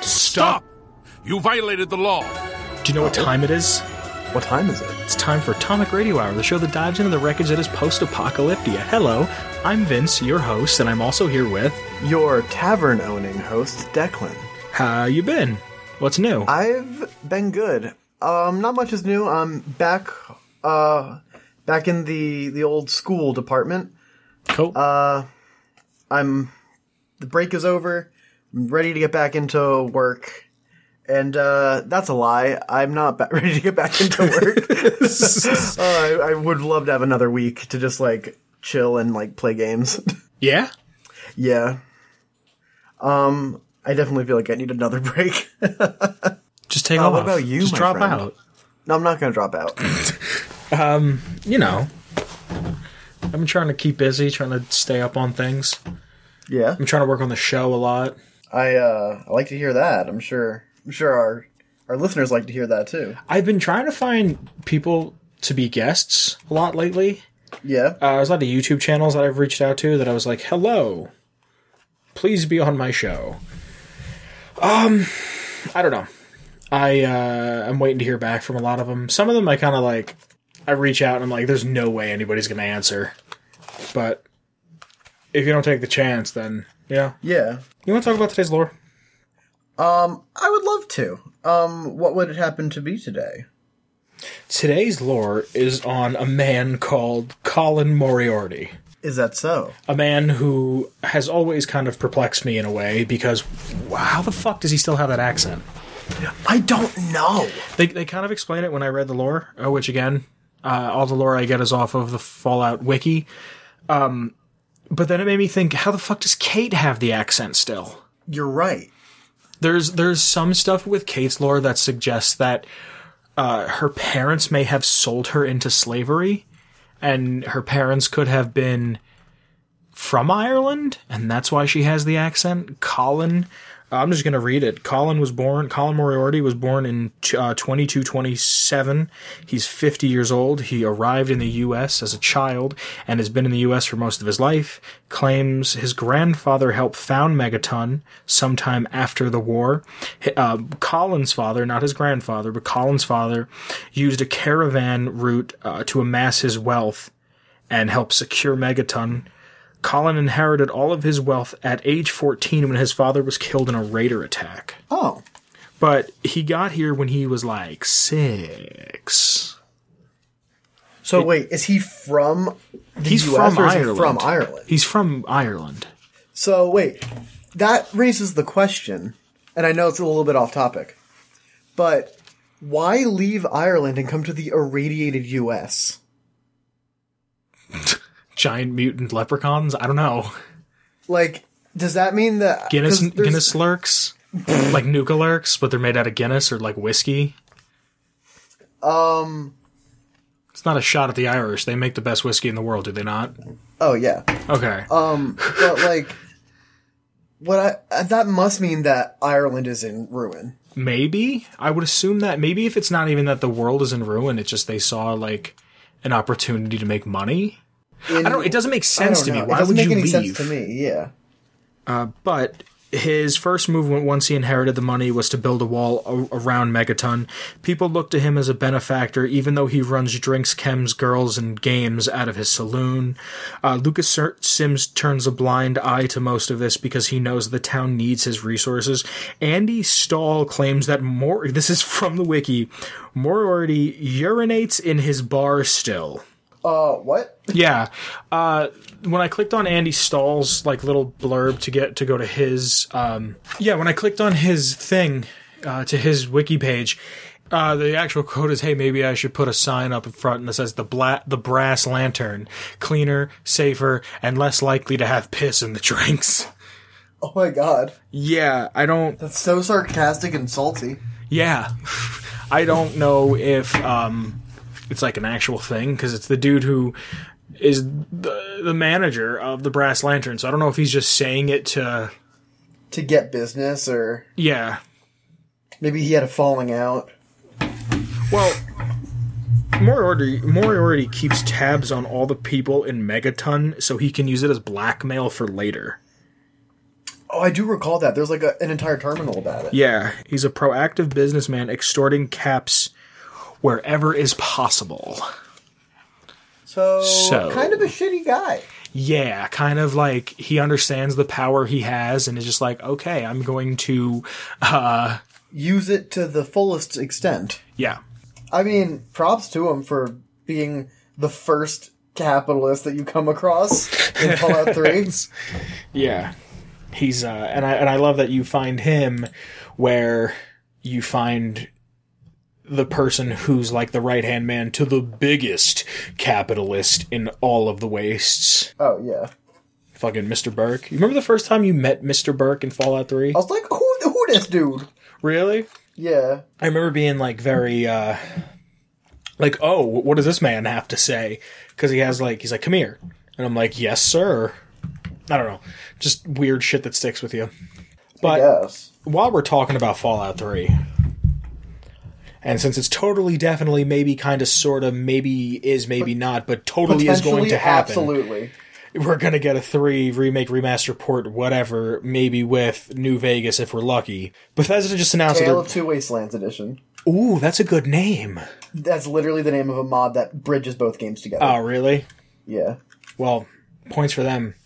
Stop! You violated the law. Do you know what time it is? What time is it? It's time for Atomic Radio Hour, the show that dives into the wreckage that is post apocalyptia. Hello, I'm Vince, your host, and I'm also here with. Your tavern owning host, Declan. How you been? What's new? I've been good. Um, not much is new. I'm back, uh, back in the the old school department. Uh, Cool. I'm the break is over. I'm ready to get back into work. And uh, that's a lie. I'm not ba- ready to get back into work. uh, I, I would love to have another week to just like chill and like play games. yeah? yeah. Um, I definitely feel like I need another break. Just take Uh, off. what about you, Just my drop friend? out. no, I'm not gonna drop out. You know, I've been trying to keep busy, trying to stay up on things. Yeah. I'm trying to work on the show a lot. I uh I like to hear that. I'm sure I'm sure our our listeners like to hear that too. I've been trying to find people to be guests a lot lately. Yeah. Uh, there's a lot of YouTube channels that I've reached out to that I was like, "Hello, please be on my show." Um, I don't know. I uh, I'm waiting to hear back from a lot of them. Some of them I kind of like. I reach out and I'm like, "There's no way anybody's gonna answer," but if you don't take the chance, then yeah. yeah. You want to talk about today's lore? I would love to. Um what would it happen to be today? Today's lore is on a man called Colin Moriarty. Is that so? a man who has always kind of perplexed me in a way because how the fuck does he still have that accent? I don't know. They, they kind of explain it when I read the lore, uh, which again, uh, all the lore I get is off of the Fallout wiki. Um, but then it made me think, how the fuck does Kate have the accent still? You're right. There's there's some stuff with Kate's lore that suggests that uh, her parents may have sold her into slavery, and her parents could have been from Ireland, and that's why she has the accent. Colin, I'm just gonna read it. Colin was born. Colin Moriarty was born in uh, 2227. He's 50 years old. He arrived in the U.S. as a child and has been in the U.S. for most of his life. Claims his grandfather helped found Megaton sometime after the war. Hi- Uh, Colin's father, not his grandfather, but Colin's father, used a caravan route uh, to amass his wealth and help secure Megaton. Colin inherited all of his wealth at age 14 when his father was killed in a raider attack. Oh. But he got here when he was like six. So wait, is he from the He's US from or is he Ireland. from Ireland? He's from Ireland. So wait, that raises the question, and I know it's a little bit off topic, but why leave Ireland and come to the irradiated US? Giant mutant leprechauns? I don't know. Like, does that mean that Guinness 'cause there's- Guinness lurks? like Nuka lurks, but they're made out of Guinness or like whiskey? Um. It's not a shot at the Irish. They make the best whiskey in the world, do they not? Oh yeah. Okay. Um. But like, what I uh, that must mean that Ireland is in ruin. maybe i would assume that maybe if it's not even that the world is in ruin it's just they saw like an opportunity to make money i don't know it doesn't make I sense don't to me know. why it would doesn't make you any leave sense to me. Yeah. but his first movement once he inherited the money was to build a wall a- around megaton people look to him as a benefactor even though he runs drinks chems girls and games out of his saloon uh, lucas Sir- sims turns a blind eye to most of this because he knows the town needs his resources andy stahl claims that more this is from the wiki moriarty urinates in his bar still Uh. What? yeah. Uh, when I clicked on Andy Stahl's like little blurb to get to go to his um, yeah, when I clicked on his thing uh, to his wiki page, uh, the actual quote is, "Hey, maybe I should put a sign up in front that says the bla- the brass lantern, cleaner, safer, and less likely to have piss in the drinks." Oh my God. Yeah, I don't. That's so sarcastic and salty. Yeah, I don't know if um, it's like an actual thing because it's the dude who is the, the manager of the Brass Lantern. So I don't know if he's just saying it to To get business, or yeah. maybe he had a falling out. Well, Moriarty Moriarty keeps tabs on all the people in Megaton so he can use it as blackmail for later. Oh, I do recall that. There's like a, an entire terminal about it. Yeah, he's a proactive businessman extorting caps wherever is possible. So, So- kind of a shitty guy. Yeah, kind of like he understands the power he has and is just like, okay, I'm going to, uh, Use it to the fullest extent. yeah, I mean, props to him for being the first capitalist that you come across in Fallout 3. yeah. He's uh, and I and I love that you find him where you find the person who's like the right hand man to the biggest capitalist in all of the wastes. oh, yeah. Fucking Mr. Burke. You remember the first time you met Mr. Burke in Fallout Three? I was like, who, who this dude? Really? Yeah. I remember being like very uh like, "Oh, what does this man have to say?" cuz he has like he's like, "Come here." And I'm like, "Yes, sir." I don't know. Just weird shit that sticks with you. But Yes. while we're talking about Fallout 3, and since it's totally definitely maybe kind of sort of maybe is maybe not, but totally is going Potentially, to happen Absolutely. we're gonna get a three remake, remaster, port, whatever, maybe with New Vegas if we're lucky. Bethesda just announced Tale of that Two Wastelands Edition. they're ooh, that's a good name. That's literally the name of a mod that bridges both games together. Oh, really? Yeah. Well, points for them.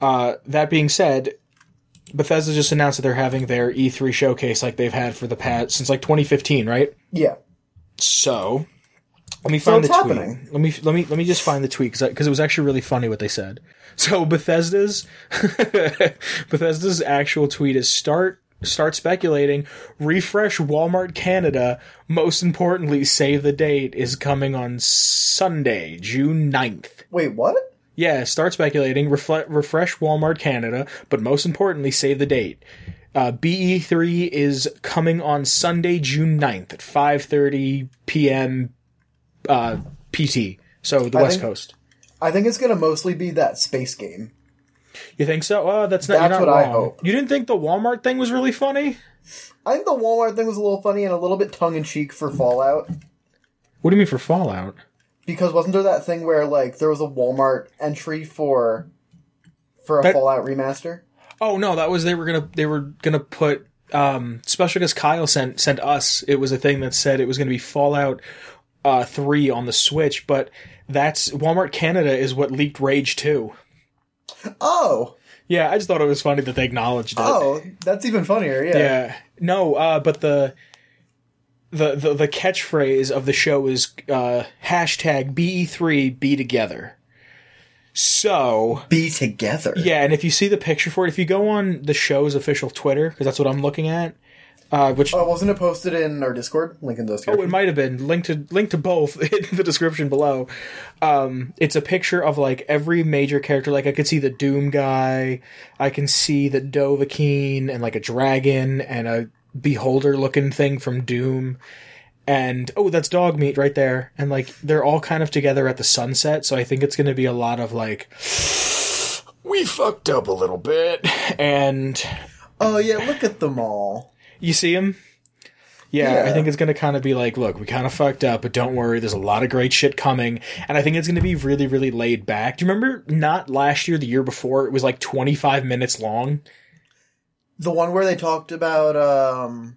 Uh, that being said, Bethesda just announced that they're having their E3 showcase like they've had for the past since like 2015, right? Yeah. So let me find it's the tweet. happening. Let me let me let me just find the tweet because it was actually really funny what they said. So Bethesda's Bethesda's actual tweet is start start speculating, refresh Walmart Canada. Most importantly, save the date is coming on Sunday, June 9th. Wait, what? Yeah, start speculating, refle- refresh Walmart Canada, but most importantly, save the date. Uh, BE3 is coming on Sunday, June 9th at 5.30 p.m. Uh, PT, so the West think- Coast. I think it's going to mostly be that space game. You think so? Oh, that's not, That's you're not what I wrong. hope. You didn't think the Walmart thing was really funny? I think the Walmart thing was a little funny and a little bit tongue in cheek for Fallout. What do you mean for Fallout? Because wasn't there that thing where like there was a Walmart entry for for a That- Fallout remaster? Oh no, that was they were gonna they were gonna put um, special guest Kyle sent sent us. It was a thing that said it was gonna be Fallout uh, three on the Switch, but that's Walmart Canada is what leaked Rage two. Oh, Yeah, I just thought it was funny that they acknowledged it. oh, that's even funnier. Yeah, Yeah, no, uh, but the. The, the the catchphrase of the show is uh, hashtag be3 be together. So be together. Yeah, and if you see the picture for it, if you go on the show's official Twitter, because that's what I'm looking at, uh, which Oh, wasn't it posted in our Discord? Link in the oh, it description. might have been linked to linked to both in the description below. Um, it's a picture of like every major character. Like I could see the Doom guy, I can see the Dovahkiin, and like a dragon and a beholder looking thing from Doom. And oh, that's dog meat right there. And like they're all kind of together at the sunset, so I think it's going to be a lot of like we fucked up a little bit, and oh yeah, look at them all. you see him? Yeah, I Yeah. think it's going to kind of be like, look, we kind of fucked up, but don't worry, there's a lot of great shit coming. And I think it's going to be really, really laid back. Do you remember not last year, the year before, it was like 25 minutes long? The one where they talked about um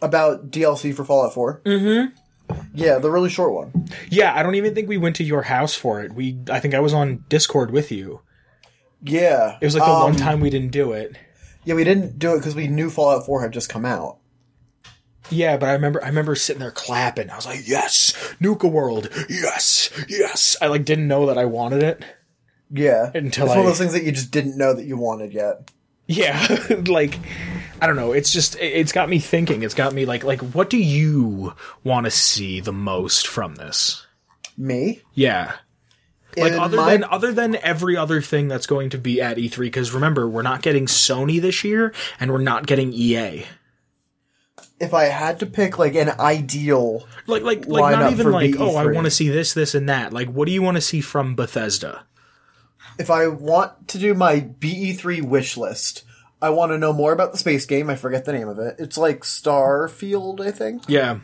about DLC for Fallout 4. Mm-hmm. Yeah, the really short one. Yeah, I don't even think we went to your house for it. We, I think I was on Discord with you. Yeah, It was like the Um, one time we didn't do it. Yeah, we didn't do it because we knew Fallout 4 had just come out. Yeah, but I remember, I remember sitting there clapping. I was like, yes, Nuka World, yes, yes. I like didn't know that I wanted it. Yeah, Until it's one of I- those things that you just didn't know that you wanted yet. yeah like i don't know it's just it- it's got me thinking it's got me like like what do you want to see the most from this Me, yeah like In other my- than other than every other thing that's going to be at E3 cuz remember we're not getting Sony this year and we're not getting E EA if I had to pick like an ideal, like like like Lineup not even for E like oh I BE3. want to see this this and that like what do you want to see from Bethesda if I want to do my BE3 wish list, I want to know more about the space game. I forget the name of it. It's like Starfield, I think. yeah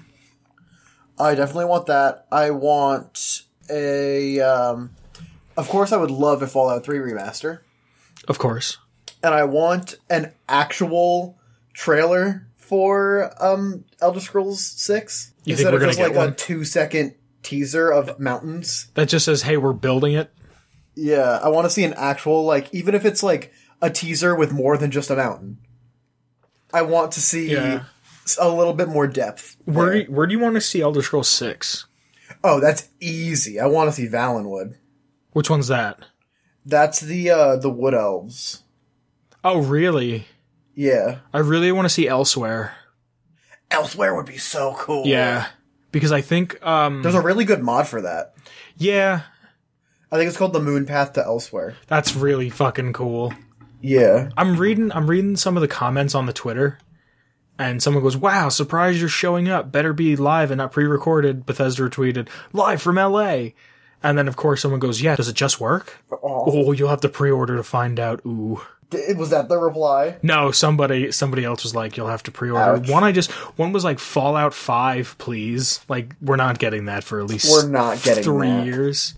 I definitely want that. I want a. Um, of course, I would love a Fallout 3 remaster. of course and I want an actual trailer for um Elder Scrolls Six You instead think we're of gonna just get like a one? two second teaser of mountains. That just says, "Hey, we're building it." Yeah, I want to see an actual like even if it's like a teaser with more than just a mountain. I want to see Yeah. s- a little bit more depth. Where there. do you- Where do you want to see Elder Scrolls Six? Oh, that's easy. I want to see Valenwood. Which one's that? That's the uh the wood elves. Oh, really? Yeah. I really want to see elsewhere. Elsewhere would be so cool. Yeah, because I think, um, There's a really good mod for that. yeah, I think it's called the Moon Path to Elsewhere. that's really fucking cool. Yeah. I'm reading I'm reading some of the comments on the Twitter and someone goes, "Wow, surprise you're showing up. Better be live and not pre-recorded." Bethesda tweeted, "Live from LA." And then of course someone goes, "Yeah, does it just work?" Oh. Oh, you'll have to pre-order to find out. Ooh. Was that the reply? No, somebody somebody else was like, "You'll have to pre-order." Ouch. One I just one was like Fallout 5, please. Like we're not getting that for at least We're not getting 3 that. years.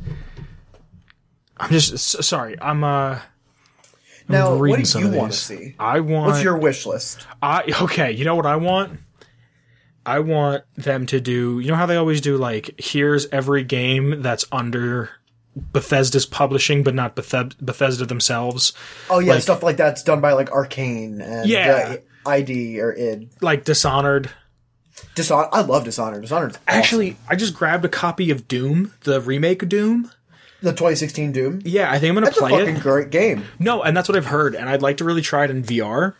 I'm just s- sorry. I'm uh Now, what reading do some you of want to these. see? I want What's your wish list? I okay, you know what I want? I want them to do you know how they always do like here's every game that's under Bethesda's publishing but not Bethe- Bethesda themselves. Oh yeah, Like- stuff like that's done by like Arcane and Yeah. uh, ID or id. Like Dishonored. Dishonored. I love Dishonored. Dishonored's awesome. Actually, I just grabbed a copy of Doom, the remake of Doom. the 2016 Doom. Yeah, I think I'm going to It's a play fucking it. great game. No, and that's what I've heard and I'd like to really try it in VR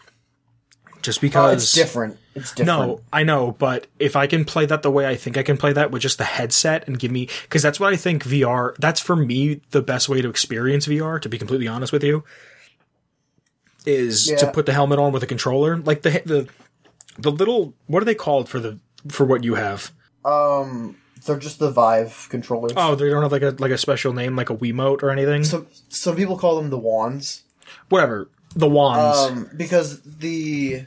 just Oh, because it's different. It's different. No, I know, but if I can play that the way I think I can play that with just the headset and give me because that's what I think VR. That's for me the best way to experience VR. To be completely honest with you, is Yeah. to put the helmet on with a controller, like the the the little what are they called for the for what you have? Um, they're just the Vive controllers. Oh, they don't have like a like a special name, like a Wiimote or anything. Some some people call them the wands. Whatever the wands. Um, because the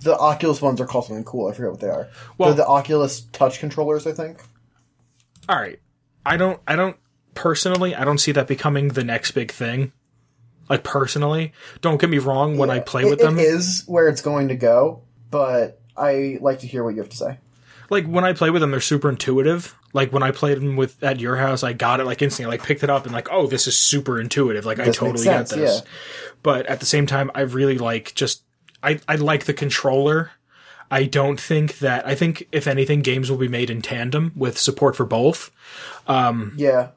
the Oculus ones are called something cool. I forget what they are. Well- They're the Oculus Touch controllers, I think. All right, I don't I don't personally I don't see that becoming the next big thing. Like personally, don't get me wrong. When I play It- with them, it is where it's going to go, but I like to hear what you have to say. like when I play with them, they're super intuitive. Like when I played them with at your house, I got it like instantly. I, like picked it up and like, oh, this is super intuitive. Like I This totally makes sense, get this. But at the same time, I really like just I I like the controller. I don't think that I think if anything, games will be made in tandem with support for both Yeah,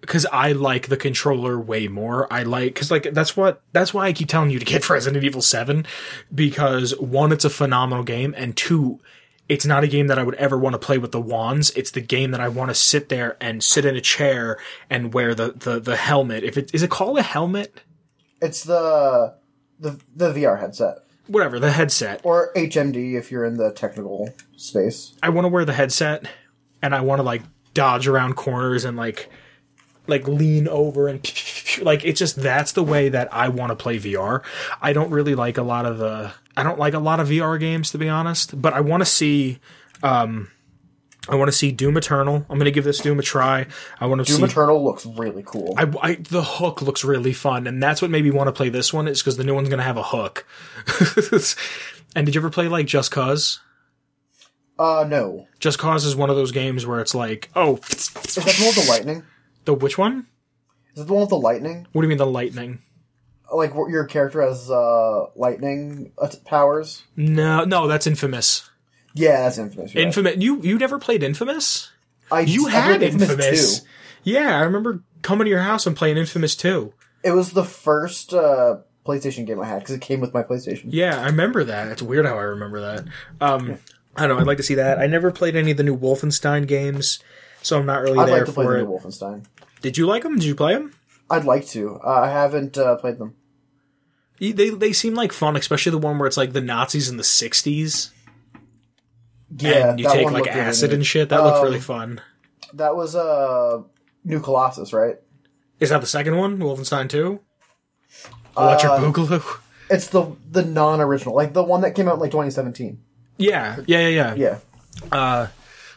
because I like the controller way more. I like because like that's what that's why I keep telling you to get Resident Evil Seven because one, it's a phenomenal game, and two, it's not a game that I would ever want to play with the wands. It's the game that I want to sit there and sit in a chair and wear the the the helmet. If it is it called a helmet, it's the the the VR headset whatever the headset. or HMD if you're in the technical space. I want to wear the headset and I want to like dodge around corners and like like lean over and like it's just that's the way that I want to play VR. I don't really like a lot of the I don't like a lot of VR games to be honest, but I want to see um I want to see Doom Eternal. I'm going to give this Doom a try. I want to see Doom Eternal looks really cool. I, I- the hook looks really fun, and that's what made me want to play this one. Is because the new one's gonna have a hook. and did you ever play like Just Cause? uh, no, Just Cause is one of those games where it's like, oh, is that the one with the lightning? the which one? Is that the one with the lightning? What do you mean the lightning? Like wh- your character has uh lightning uh, t- powers. No, no, that's Infamous. Yeah, that's infamous. you're right. Infamous. You you never played Infamous? I, You I had played Infamous. too. Yeah, I remember coming to your house and playing Infamous too. It was the first uh, PlayStation game I had because it came with my PlayStation. Yeah, I remember that. It's weird how I remember that. Um, I don't know. I'd like to see that. I never played any of the new Wolfenstein games, so I'm not really I'd there like to play for the it. new Wolfenstein. Did you like them? Did you play them? I'd like to. Uh, I haven't uh, played them. They they seem like fun, especially the one where it's like the Nazis in the '60s Yeah, and you Uh, that take one like looked really acid neat. and shit. That looked Um, really fun. That was uh, New Colossus, right? Is that the second one, Wolfenstein Two? Uh, Electric Boogaloo. It's the the non original, like the one that came out in like 2017. Yeah, yeah, yeah, yeah. Yeah,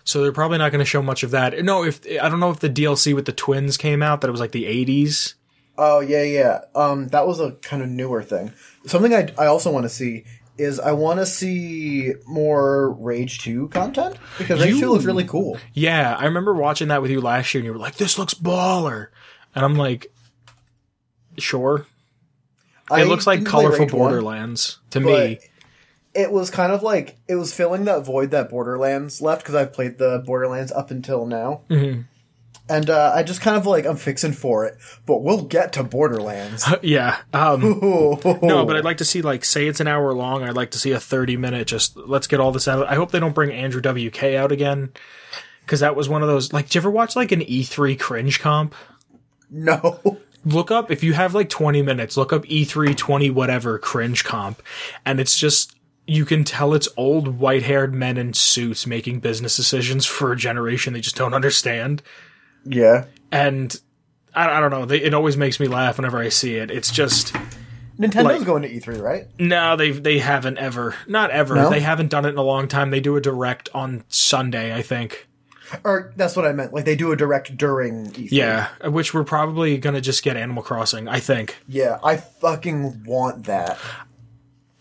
So they're probably not going to show much of that. No, if I don't know if the DLC with the twins came out, that it was like the '80s. Oh yeah, yeah. Um, that was a kind of newer thing. Something I I also want to see is I want to see more Rage Two content because Rage You- Two looks really cool. Yeah, I remember watching that with you last year, and you were like, "This looks baller," and I'm like, "Sure." It I looks like didn't play colorful Rage 1, Borderlands to but me. It was kind of like it was filling that void that Borderlands left because I've played the Borderlands up until now, Mm-hmm. and uh, I just kind of like I'm fixing for it. But we'll get to Borderlands. yeah. Um, no, no, but I'd like to see like say it's an hour long. I'd like to see a thirty minute. Just let's get all this out. I hope they don't bring Andrew WK out again because that was one of those. Like, did you ever watch like an E3 cringe comp? no. look up if you have like 20 minutes look up e3 20 whatever cringe comp and it's just you can tell it's old white-haired men in suits making business decisions for a generation they just don't understand Yeah. and i, I don't know they, it always makes me laugh whenever i see it it's just Nintendo's Like- going to E3, right? no they they haven't ever not ever No? they haven't done it in a long time they do a direct on sunday i think Or that's what I meant. Like they do a direct during E E3. yeah which we're probably gonna just get animal crossing i think Yeah, I fucking want that.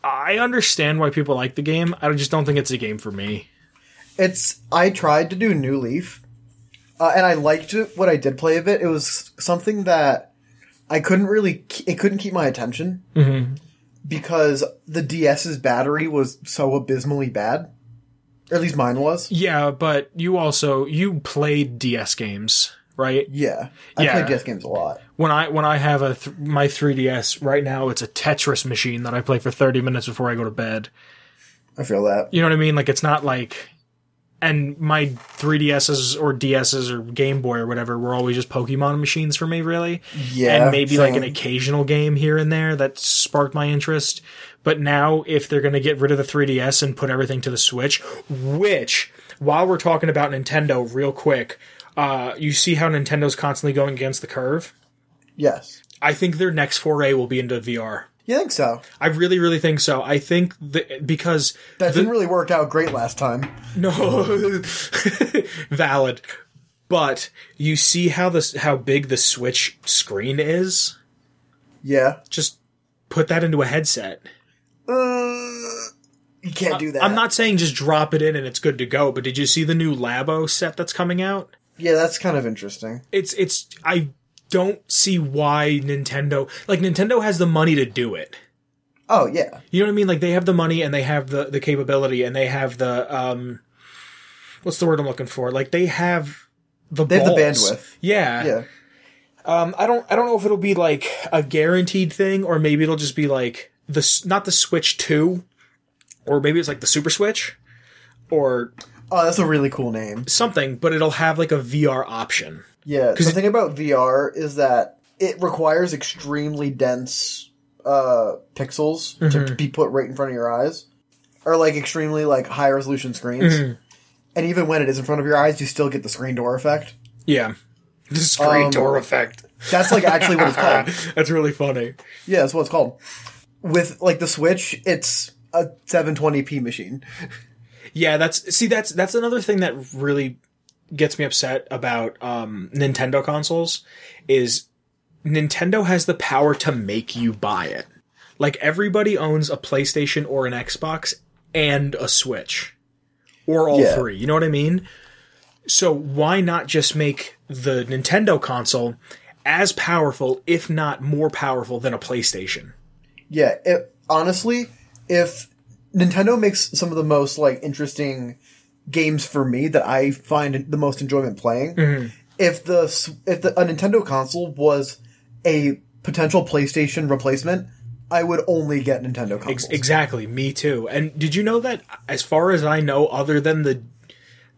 i understand why people like the game i just don't think it's a game for me It's I tried to do New Leaf, uh, and I liked it, what I did play of it. It was something that I couldn't really ke- it couldn't keep my attention Mm-hmm. because the DS's battery was so abysmally bad, or at least mine was. Yeah, but you also you played DS games, right? Yeah, I Yeah. play DS games a lot. When I when I have a th- my 3DS right now, it's a Tetris machine that I play for 30 minutes before I go to bed. I feel that. You know what I mean? Like it's not like and my 3DSs or DSs or Game Boy or whatever were always just Pokemon machines for me, really. Yeah, and maybe like an same. occasional game here and there that sparked my interest. But now, if they're going to get rid of the 3DS and put everything to the Switch, which, while we're talking about Nintendo, real quick, uh, you see how Nintendo's constantly going against the curve? yes. I think their next foray will be into VR. You think so? I really, really think so. I think that because That didn't really work out great last time. No, valid. But you see how this how big the Switch screen is. Yeah. Just put that into a headset. Uh, you can't do that. I'm not saying just drop it in and it's good to go. But did you see the new Labo set that's coming out? Yeah, that's kind of interesting. It's it's I don't see why Nintendo like Nintendo has the money to do it. Oh yeah, You know what I mean? Like they have the money and they have the the capability and they have the um what's the word I'm looking for? Like they have the have the balls. bandwidth. Yeah. yeah. Um I don't I don't know if it'll be like a guaranteed thing or maybe it'll just be like the s- not the Switch 2 or maybe it's like the Super Switch or Oh, that's a really cool name. something, but it'll have like a VR option. Yeah, the thing about VR is that it requires extremely dense uh, pixels to be put right in front of your eyes, or like extremely like high resolution screens. And even when it is in front of your eyes, you still get the screen door effect. Yeah. The screen Um, door effect. That's like actually what it's called. That's really funny. Yeah, that's what it's called. With like the Switch, it's a 720p machine. Yeah, that's see that's that's another thing that really gets me upset about um Nintendo consoles is Nintendo has the power to make you buy it. Like everybody owns a PlayStation or an Xbox and a Switch or all Yeah. three. You know what I mean? So why not just make the Nintendo console as powerful if not more powerful than a PlayStation? Yeah, it, honestly, if Nintendo makes some of the most like interesting games for me that I find the most enjoyment playing, if the s- if the, a Nintendo console was a potential PlayStation replacement, I would only get Nintendo consoles. Exactly, me too. And did you know that as far as I know other than the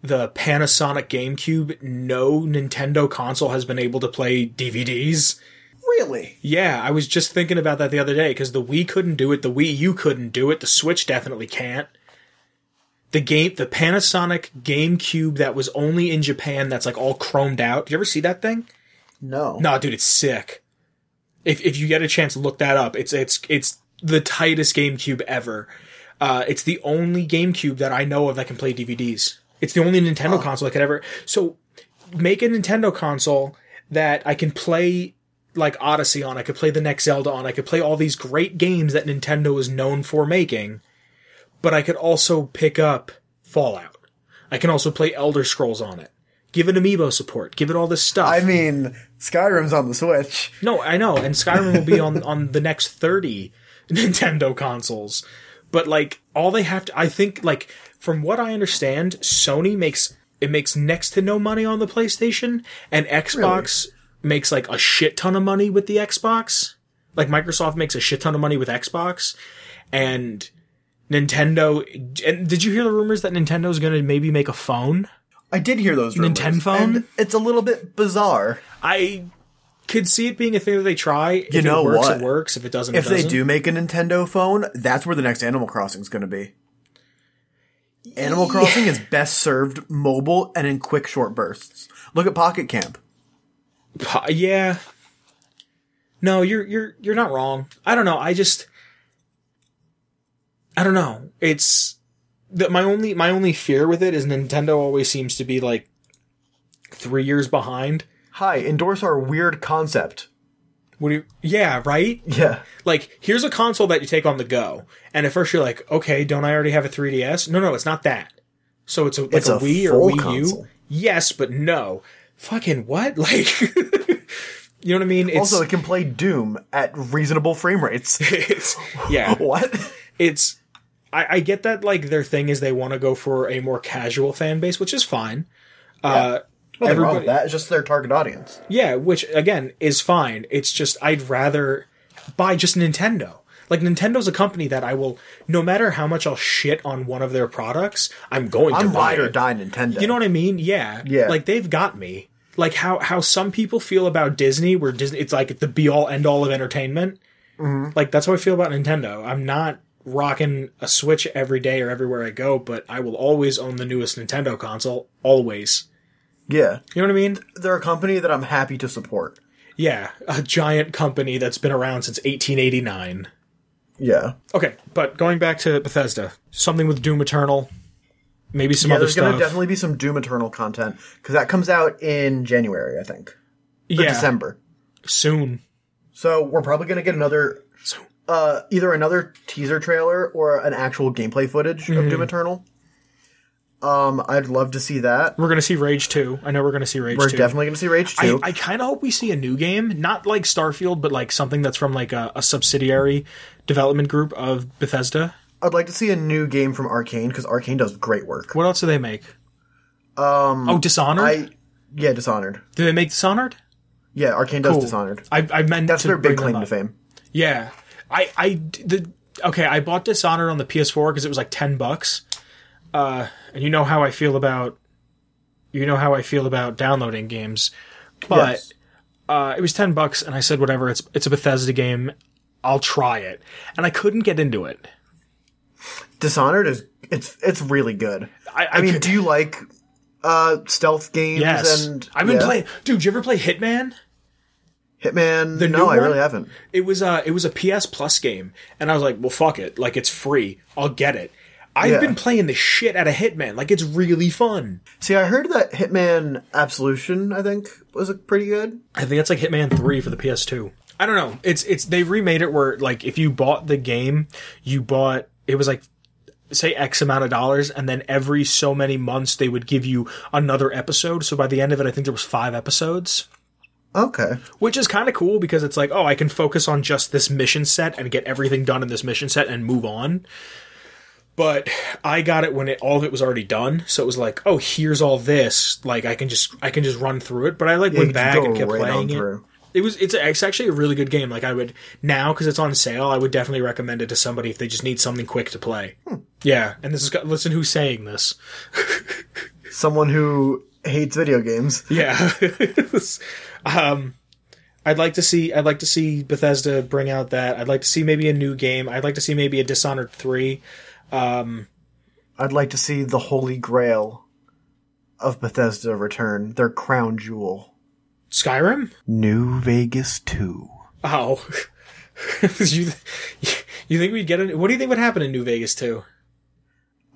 the Panasonic GameCube, no Nintendo console has been able to play DVDs? really? Yeah, I was just thinking about that the other day cuz the Wii couldn't do it, the Wii U couldn't do it, the Switch definitely can't. The game the Panasonic GameCube that was only in Japan that's like all chromed out. Did you ever see that thing? No. Nah, dude, it's sick. If if you get a chance, look that up. It's it's it's the tightest GameCube ever. Uh, it's the only GameCube that I know of that can play DVDs. It's the only Nintendo console that could ever. So make a Nintendo console that I can play like Odyssey on, I could play the next Zelda on, I could play all these great games that Nintendo is known for making, but I could also pick up Fallout. I can also play Elder Scrolls on it. Give it amiibo support. Give it all this stuff. I mean, Skyrim's on the Switch. No, I know, and Skyrim will be on on the next thirty Nintendo consoles. But like, all they have to, I think, like from what I understand, Sony makes it makes next to no money on the PlayStation, and Xbox makes like a shit ton of money with the Xbox. Like Microsoft makes a shit ton of money with Xbox, and Nintendo. And did you hear the rumors that Nintendo's going to maybe make a phone? I did hear those rumors. Nintendophone? and It's a little bit bizarre. I could see it being a thing that they try. If You know it works, what? it works. If it doesn't, If it doesn't. they do make a Nintendo phone, that's where the next Animal Crossing is going to be. Animal Crossing is best served mobile and in quick short bursts. Look at Pocket Camp. Po- yeah. No, you're you're you're not wrong. I don't know. I just I don't know. It's that my only my only fear with it is Nintendo always seems to be like 3 years behind. Hi, endorse our weird concept. What do you Yeah, right? Yeah. Like here's a console that you take on the go. And at first you're like, "Okay, don't I already have a 3DS?" No, no, it's not that. So it's a like It's a, a Wii or full Wii U. console. Yes, but no. Fucking what? Like You know what I mean? It's, Also, it can play Doom at reasonable frame rates. it's yeah. what? it's I, I get that like their thing is they want to go for a more casual fan base, which is fine. Uh, Nothing wrong Everybody- with that. It's just their target audience. yeah, which again is fine. It's just I'd rather buy just Nintendo. Like Nintendo's a company that I will, no matter how much I'll shit on one of their products, I'm going to I'm buy ride or it. die Nintendo. You know what I mean? Yeah. Yeah. Like they've got me. Like how how some people feel about Disney, where Disney it's like the be all end all of entertainment. Mm-hmm. Like that's how I feel about Nintendo. I'm not rocking a Switch every day or everywhere I go, but I will always own the newest Nintendo console. Always. yeah. You know what I mean? They're a company that I'm happy to support. Yeah, a giant company that's been around since 1889. Yeah. Okay, but going back to Bethesda, something with Doom Eternal, maybe some Yeah, other there's going to stuff. definitely be some Doom Eternal content because that comes out in January, I think, or yeah, December. soon. So we're probably going to get another, uh, either another teaser trailer or an actual gameplay footage Mm-hmm. of Doom Eternal. Um, I'd love to see that. We're gonna see Rage 2. I know we're gonna see Rage We're 2. definitely going to see Rage I, Two. I kind of hope we see a new game, not like Starfield, but like something that's from like a, a subsidiary development group of Bethesda. I'd like to see a new game from Arcane because Arcane does great work. What else do they make? Um, oh, Dishonored. I yeah, Dishonored. do they make Dishonored? Yeah, Arcane does Cool. Dishonored. I, I meant That's to their bring big them claim up. to fame. Yeah, I I d- the okay. I bought Dishonored on the PS4 because it was like ten bucks. Uh, and you know how I feel about you know how I feel about downloading games, but Yes. uh, it was ten bucks, and I said whatever. It's it's a Bethesda game. I'll try it, and I couldn't get into it. Dishonored is it's it's really good. I, I, I mean, could- do you like uh stealth games yes, and I've been yeah. playing. Dude, you ever play Hitman? Hitman? new no, I one? really haven't. It was a it was a PS Plus game, and I was like, well, fuck it, like it's free, I'll get it. I've Yeah. been playing the shit out of Hitman, like it's really fun. See, I heard that Hitman Absolution, I think, was pretty good. I think that's like Hitman 3 for the PS2. I don't know. It's it's they remade it where like if you bought the game, you bought it was like say X amount of dollars, and then every so many months they would give you another episode. So by the end of it, I think there was five episodes. Okay. Which is kind of cool because it's like, oh, I can focus on just this mission set and get everything done in this mission set and move on. But I got it when it all of it was already done, so it was like, oh, here's all this. Like I can just I can just run through it. But I like went you just back go and kept right on playing it through. it was it's, it's actually a really good game like i would now because it's on sale i would definitely recommend it to somebody if they just need something quick to play yeah and this is got- listen who's saying this Someone who hates video games. yeah um i'd like to see i'd like to see bethesda bring out that i'd like to see maybe a new game i'd like to see maybe a dishonored 3 I'd like to see the holy grail of Bethesda return, their crown jewel. skyrim New Vegas 2. oh you, you think we'd get it what do you think would happen in new vegas 2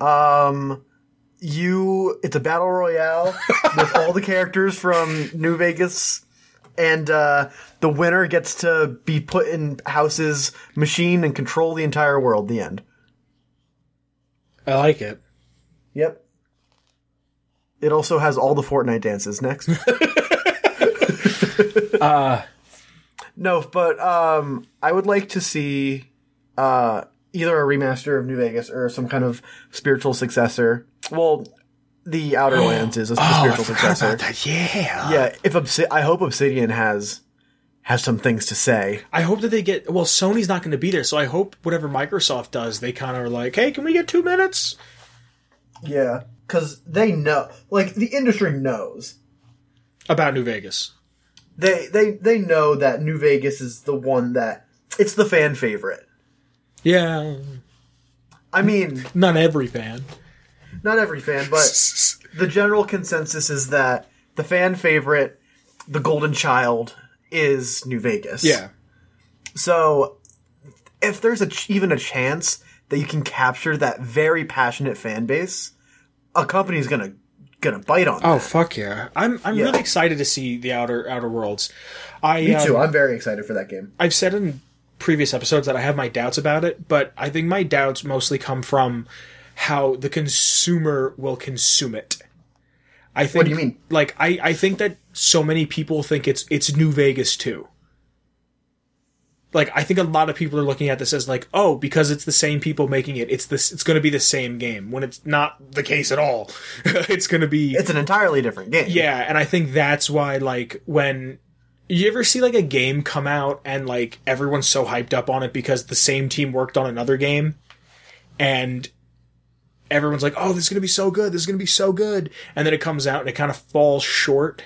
Um you it's a battle royale with all the characters from New Vegas and uh, the winner gets to be put in House's machine and control the entire world. The end. I like it. Yep. It also has all the Fortnite dances. Next. uh, no, but um, I would like to see uh, either a remaster of New Vegas or some kind of spiritual successor. Well, the Outer Lands is a spiritual successor. Yeah. Yeah, if Obsi- I hope Obsidian has has some things to say. I hope that they get. Well, Sony's not going to be there, so I hope whatever Microsoft does, they kind of are like, hey, can we get two minutes? Yeah, because they know, like the industry knows. About New Vegas. They they they know that New Vegas is the one that it's the fan favorite. Yeah. I mean, Not every fan. not every fan, but the general consensus is that the fan favorite, the golden child, is New Vegas. yeah. So, if there's a ch- even a chance that you can capture that very passionate fan base, a company's gonna gonna bite on. Oh fuck yeah! I'm I'm really excited to see the outer outer worlds. I that. um, I'm very excited for that game. I've said in previous episodes that I have my doubts about it, but I think my doubts mostly come from how the consumer will consume it. I think, do you mean? Like, I, I think that so many people think it's it's New Vegas too. Like, I think a lot of people are looking at this as like, oh, because it's the same people making it, it's this, it's going to be the same game. When it's not the case at all, it's going to be It's an entirely different game. yeah, and I think that's why like when you ever see like a game come out and like everyone's so hyped up on it because the same team worked on another game and everyone's like, "Oh, this is going to be so good. This is going to be so good." And then it comes out and it kind of falls short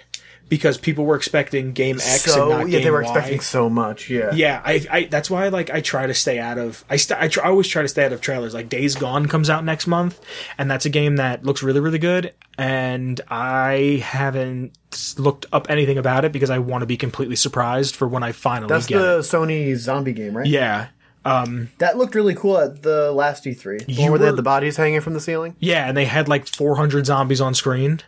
because people were expecting game X and So not yeah, game they were Y. expecting so much. Yeah. Yeah, I, I that's why like I try to stay out of I st- I, tr- I always try to stay out of trailers. Like Days Gone comes out next month, and that's a game that looks really really good, and I haven't looked up anything about it because I want to be completely surprised for when I finally That's get the it. Sony zombie game, right? Yeah, That looked really cool at the last E3. The You one where they were- had the bodies hanging from the ceiling? yeah, and they had like 400 zombies on screen.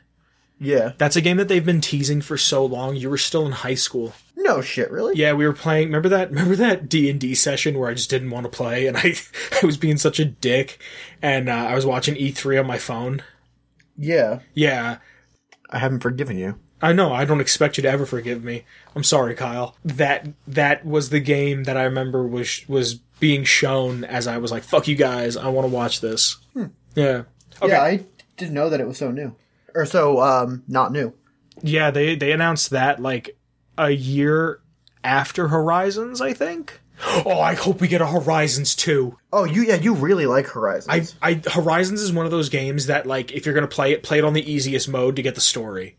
Yeah. That's a game that they've been teasing for so long. You were still in high school. No shit, really? Yeah, we were playing. Remember that? Remember that D and D session where I just didn't want to play, and I, I was being such a dick, and uh, I was watching E three on my phone. Yeah. Yeah, I haven't forgiven you. I know. I don't expect you to ever forgive me. I'm sorry, Kyle. That that was the game that I remember was was being shown as I was like, "Fuck you guys, I want to watch this." Yeah. Hmm. Okay. Yeah, I didn't know that it was so new. Or so um not new. they they announced that like a year after Horizons, I think. Oh, I hope we get a Horizons too. Oh, you yeah, you really like Horizons. I, I Horizons is one of those games that like if you're gonna play it, play it on the easiest mode to get the story.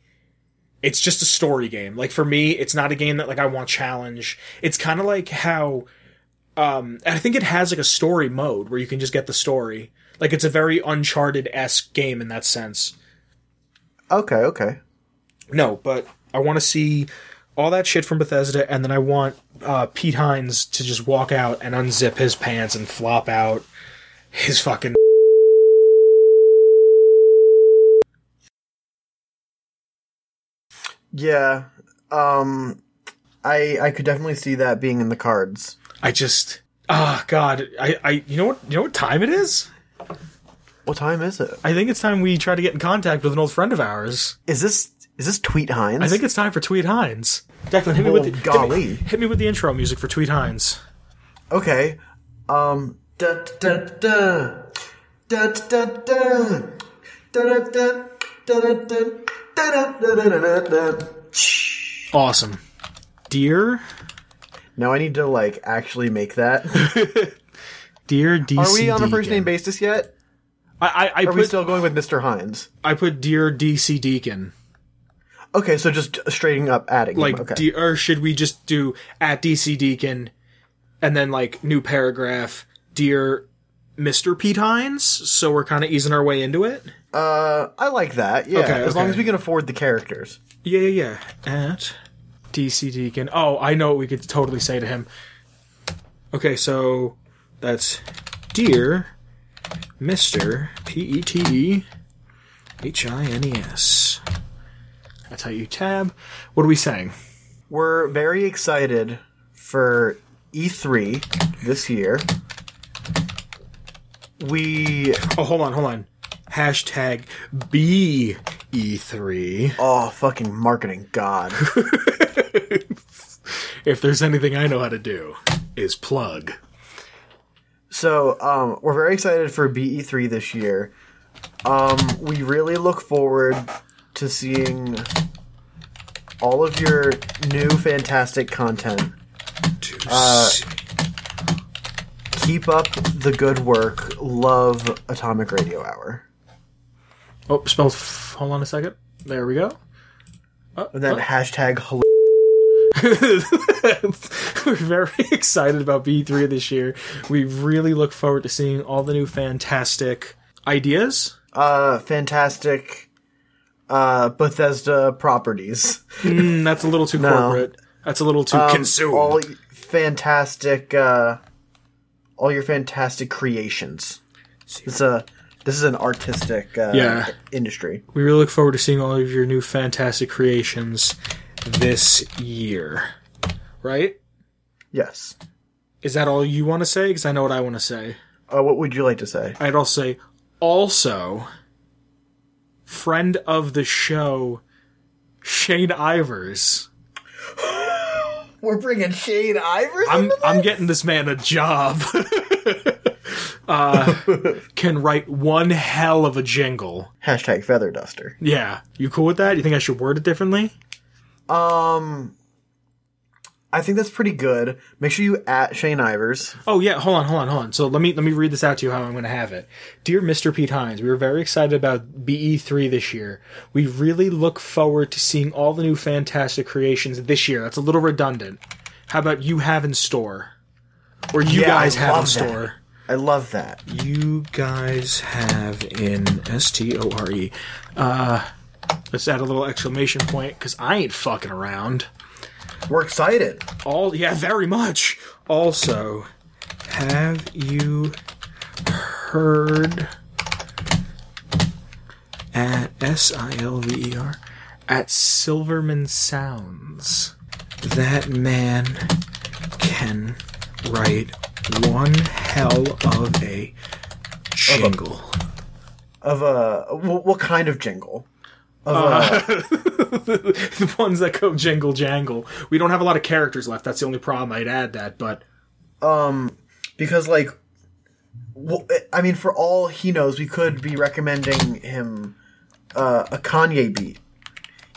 It's just a story game. Like for me, it's not a game that like I want challenge. It's kind of like how, um, and I think it has like a story mode where you can just get the story. Like it's a very Uncharted esque game in that sense. okay, okay. No, but I want to see all that shit from Bethesda, and then I want uh, Pete Hines to just walk out and unzip his pants and flop out his fucking. Yeah. Um I I could definitely see that being in the cards. I just ah god I, I you know what you know what time it is What time is it? I think it's time we try to get in contact with an old friend of ours Is this is this Tweet Hines? I think it's time for Tweet Hines Declan hit me with Oh, the, golly. hit me, hit me with the intro music for Tweet Hines Okay. Um. Da da da da da da da da da da da da da da da da da. awesome dear Now I need to like actually make that. dear DCD Are we on a first name basis yet? I I, I Are we put still going with Mr. Hines? I put dear DC Deacon Okay, so just straighten up adding. him. like okay. de- or should we just do at DC Deacon and then like new paragraph dear Mr. Pete Hines so we're kind of easing our way into it uh, I like that. Yeah, Okay, as long okay. as we can afford the characters. Yeah, yeah, yeah. At DC Deacon. Oh, I know what we could totally say to him. Okay, so that's Dear Mr. P E T E H I N E S. That's how you tab. What are we saying? we're very excited for E3 this year. We Oh, hold on, hold on. Hashtag E BE3. oh fucking marketing god. If there's anything I know how to do, is plug. So um, we're very excited for BE3 this year. Um, we really look forward to seeing all of your new fantastic content. Uh, To see. Keep up the good work. Love Atomic Radio Hour. Oh, spell. F- hold on a second. There we go. And then hashtag hello. We're very excited about B3 this year. We really look forward to seeing all the new fantastic ideas. Uh, fantastic uh, Bethesda properties. Mm, that's a little too corporate. That's a little too consumed. All y- fantastic. Uh, all your fantastic creations. It's a. This is an artistic uh, Yeah. industry. we really look forward to seeing all of your new fantastic creations this year. Right? Yes. Is that all you want to say? Because I know what I want to say. Uh, what would you like to say? I'd also say also friend of the show Shane Ivers. We're bringing Shane Ivers. I'm I'm getting this man a job. uh, can write one hell of a jingle. Hashtag feather duster. Yeah, you cool with that? You think I should word it differently? Um, I think that's pretty good. Make sure you at Shane Ivers. Oh yeah, hold on, hold on, hold on. So let me let me read this out to you how I'm going to have it. Dear Mr. Pete Hines, we were very excited about BE3 this year. We really look forward to seeing all the new fantastic creations this year. That's a little redundant. How about you have in store, or you Yeah, I guys have in love that. store? I love that. you guys have in S T O R E. Uh, let's add a little exclamation point because I ain't fucking around. We're excited. All yeah, very much. Also, have you heard at S I L V E R at Silverman Sounds? That man can write one hell of a jingle. Of a wh- what kind of jingle? the ones that go jingle jangle. We don't have a lot of characters left. That's the only problem. I'd add that, but Because like, wh- I mean, for all he knows, we could be recommending him uh, a Kanye beat.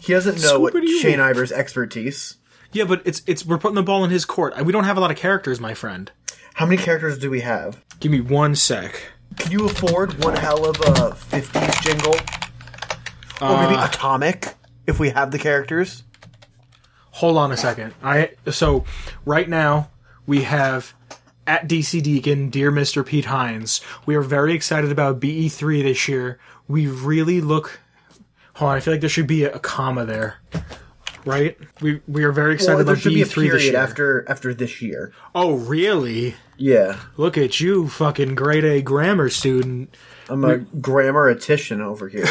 He doesn't know what Scooby-Doo. Shane Ivers' expertise. Yeah, but it's it's we're putting the ball in his court. I- We don't have a lot of characters, my friend. How many characters do we have? Give me one sec. Can you afford one hell of a 50s jingle? Or maybe Uh, Atomic, if we have the characters? Hold on a second. I so right now we have at DC Deacon, dear Mr. Pete Hines. We are very excited about BE3 this year. We really look. Hold on, I feel like there should be a, a comma there, right? We we are very excited Well, there about should be a BE3 this period year. after after this year. oh, really? Yeah. Look at you, fucking grade A grammar student. I'm a grammaritician over here.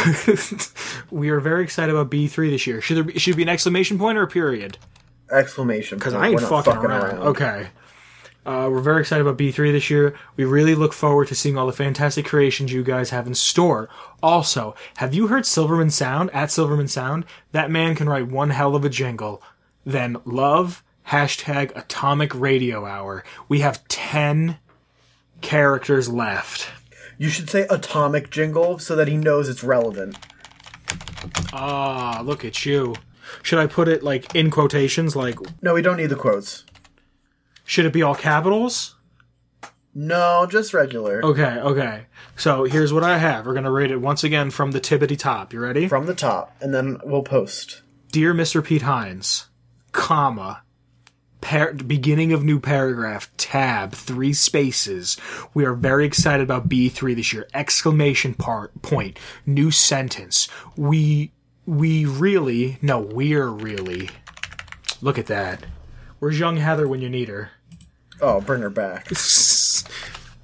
we are very excited about B3 this year. Should there be, should it be an exclamation point or a period? Exclamation. Because I ain't fucking, around. Okay. Uh, we're very excited about B3 this year. We really look forward to seeing all the fantastic creations you guys have in store. Also, have you heard Silverman Sound? At Silverman Sound, that man can write one hell of a jingle. Then love, hashtag atomic radio hour. We have 10 characters left. You should say atomic jingle so that he knows it's relevant. Ah, look at you. Should I put it like in quotations? Like, No, we don't need the quotes. should it be all capitals? No, just regular. Okay, okay. So here's what I have. We're going to read it once again from the tippity top. You ready? From the top, and then we'll post. Dear Mr. Pete Hines, comma, par- beginning of new paragraph, tab, three spaces. We are very excited about B3 this year. Exclamation part, point, new sentence. We, we really, no, we're really. Look at that. Where's young Heather when you need her? Oh, bring her back.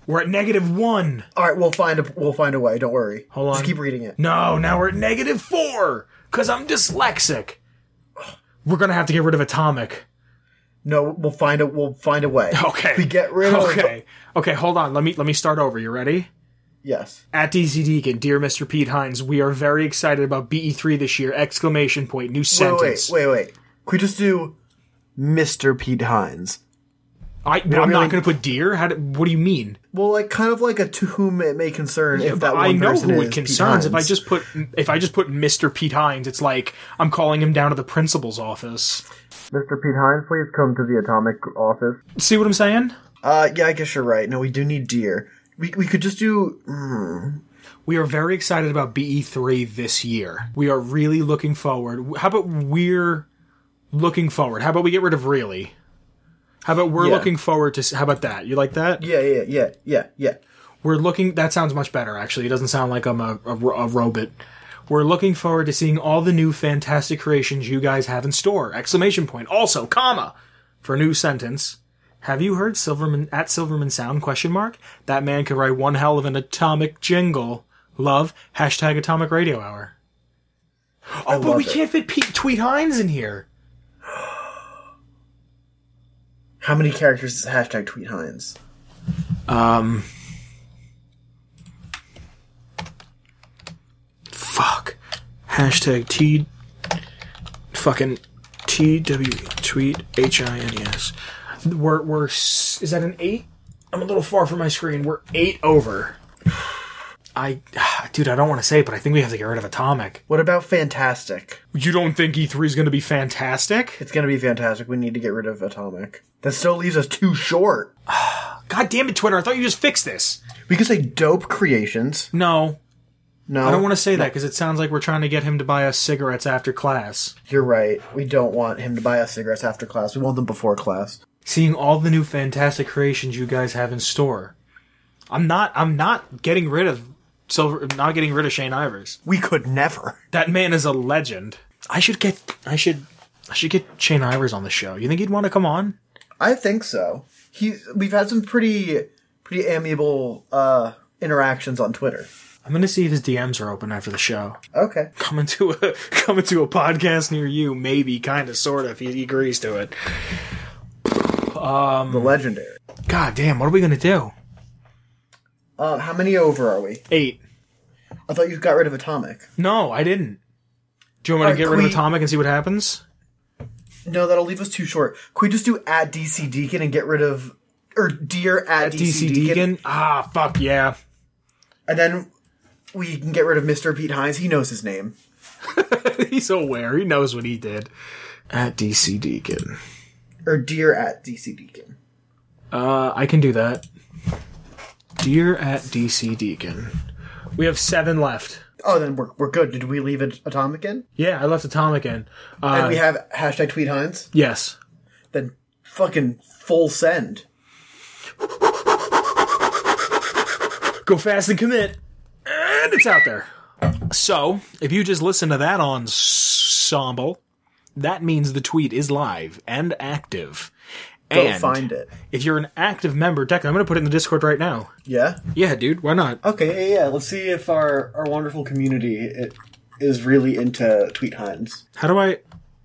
We're at negative one. All right, we'll find a we'll find a way. Don't worry. Hold on. Just keep reading it. No, now we're at negative four because I'm dyslexic. we're gonna have to get rid of Atomic. No, we'll find a we'll find a way. Okay. We get rid of Okay. Okay, hold on. Let me let me start over. You ready? Yes. At DZ Deacon, dear Mr. Pete Hines, we are very excited about BE3 this year! Exclamation point! New Wait, sentence. wait, wait, wait. Can we just do Mr. Pete Hines? I, I'm really- not going to put dear. How do, what do you mean? Well, like kind of like a to whom it may concern if that one I know person who is it Pete concerns. If I Hines. just put if I just put Mr. Pete Hines, it's like I'm calling him down to the principal's office. Mr. Pete Hines, please come to the atomic office. See what I'm saying? Uh, yeah, I guess you're right. No, we do need deer. We we could just do. mm, We are very excited about BE3 this year. We are really looking forward. How about we're looking forward? How about we get rid of really? How about we're Yeah. looking forward to? s- How about that? You like that? Yeah, yeah, yeah, yeah, yeah. We're looking. That sounds much better. Actually, it doesn't sound like I'm a, a, ro- a robot. We're looking forward to seeing all the new fantastic creations you guys have in store! Exclamation point. Also, comma for a new sentence. Have you heard Silverman at Silverman Sound? Question mark. That man could write one hell of an atomic jingle. Love hashtag Atomic Radio Hour. Oh, but love we it. can't fit Pete Tweet Hines in here. How many characters is hashtag tweet Hines? Um. Fuck. Hashtag T. Fucking T W tweet H I N E S. We're we're s- is that an eight? I'm a little far from my screen. We're eight over. I, dude, I don't want to say it, but I think we have to get rid of Atomic. What about fantastic? You don't think E3 is going to be fantastic? It's gonna be fantastic. We need to get rid of atomic. That still leaves us too short. God damn it, Twitter! I thought you just fixed this. We could say dope creations. No, No, I don't want to say that because it sounds like we're trying to get him to buy us cigarettes after class. You're right. We don't want him to buy us cigarettes after class. We want them before class. seeing all the new fantastic creations you guys have in store. I'm not I'm not getting rid of Silver I'm not getting rid of Shane Ivers. We could never. That man is a legend. I should get I should I should get Shane Ivers on the show. You think he'd want to come on? I think so. He. We've had some pretty pretty amiable uh interactions on Twitter. I'm gonna see if his DMs are open after the show. Okay. Coming to a coming to a podcast near you, maybe, kinda sorta, if he agrees to it. The legendary. God damn, what are we gonna do? Uh, how many over are we? Eight. I thought you got rid of Atomic. No, I didn't. Do you want me Alright, to get rid of can we- Atomic and see what happens? No, that'll leave us too short. Could we just do at DC Deacon and get rid of or dear at, DC, DC Deacon, Deacon? Ah, fuck yeah. and then we can get rid of Mister Pete Hines. He knows his name. He's aware. He knows what he did. At DC Deacon. Or dear at DC Deacon. Uh, I can do that. Dear at DC Deacon. We have seven left. Oh, then we're we're good. Did we leave it Atomic in? Yeah, I left Atomic in. Uh, And we have hashtag Tweet Hines. yes. Then fucking full send. Go fast and commit. And it's out there. So, if you just listen to that ensemble, that means the tweet is live and active. Go and find it. if you're an active member, Deck, I'm going to put it in the Discord right now. Yeah. Yeah, dude, why not? Okay. Yeah. yeah. Let's see if our our wonderful community it, is really into Tweet Hines. how do I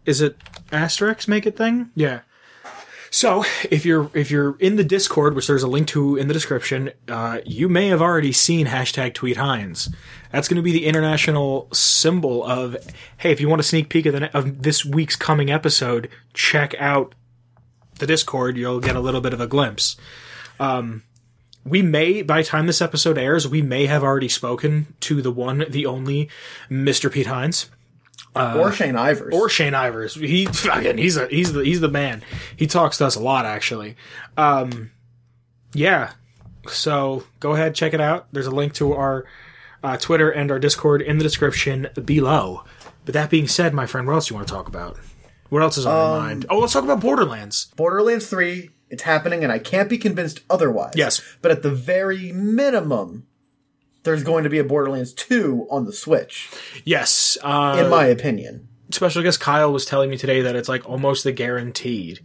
is it asterisk make it thing? Yeah. So if you're if you're in the Discord, which there's a link to in the description, uh, you may have already seen hashtag tweet Hines. That's going to be the international symbol of hey, if you want a sneak peek of, the, ne- of this week's coming episode, check out the Discord. You'll get a little bit of a glimpse. Um, we may, by the time this episode airs, we may have already spoken to the one, the only, Mr. Pete Hines Uh, or Shane Ivers. or Shane Ivers. He fucking he's a he's the he's the man. He talks to us a lot actually. Um, yeah. So go ahead check it out. There's a link to our uh, Twitter and our Discord in the description below. But that being said, my friend, what else do you want to talk about? What else is on your mind? Oh, let's talk about Borderlands. Borderlands 3, it's happening, and I can't be convinced otherwise. Yes. But at the very minimum, there's going to be a Borderlands 2 on the Switch, Yes. Uh, in my opinion. special guest Kyle was telling me today that it's like almost the guaranteed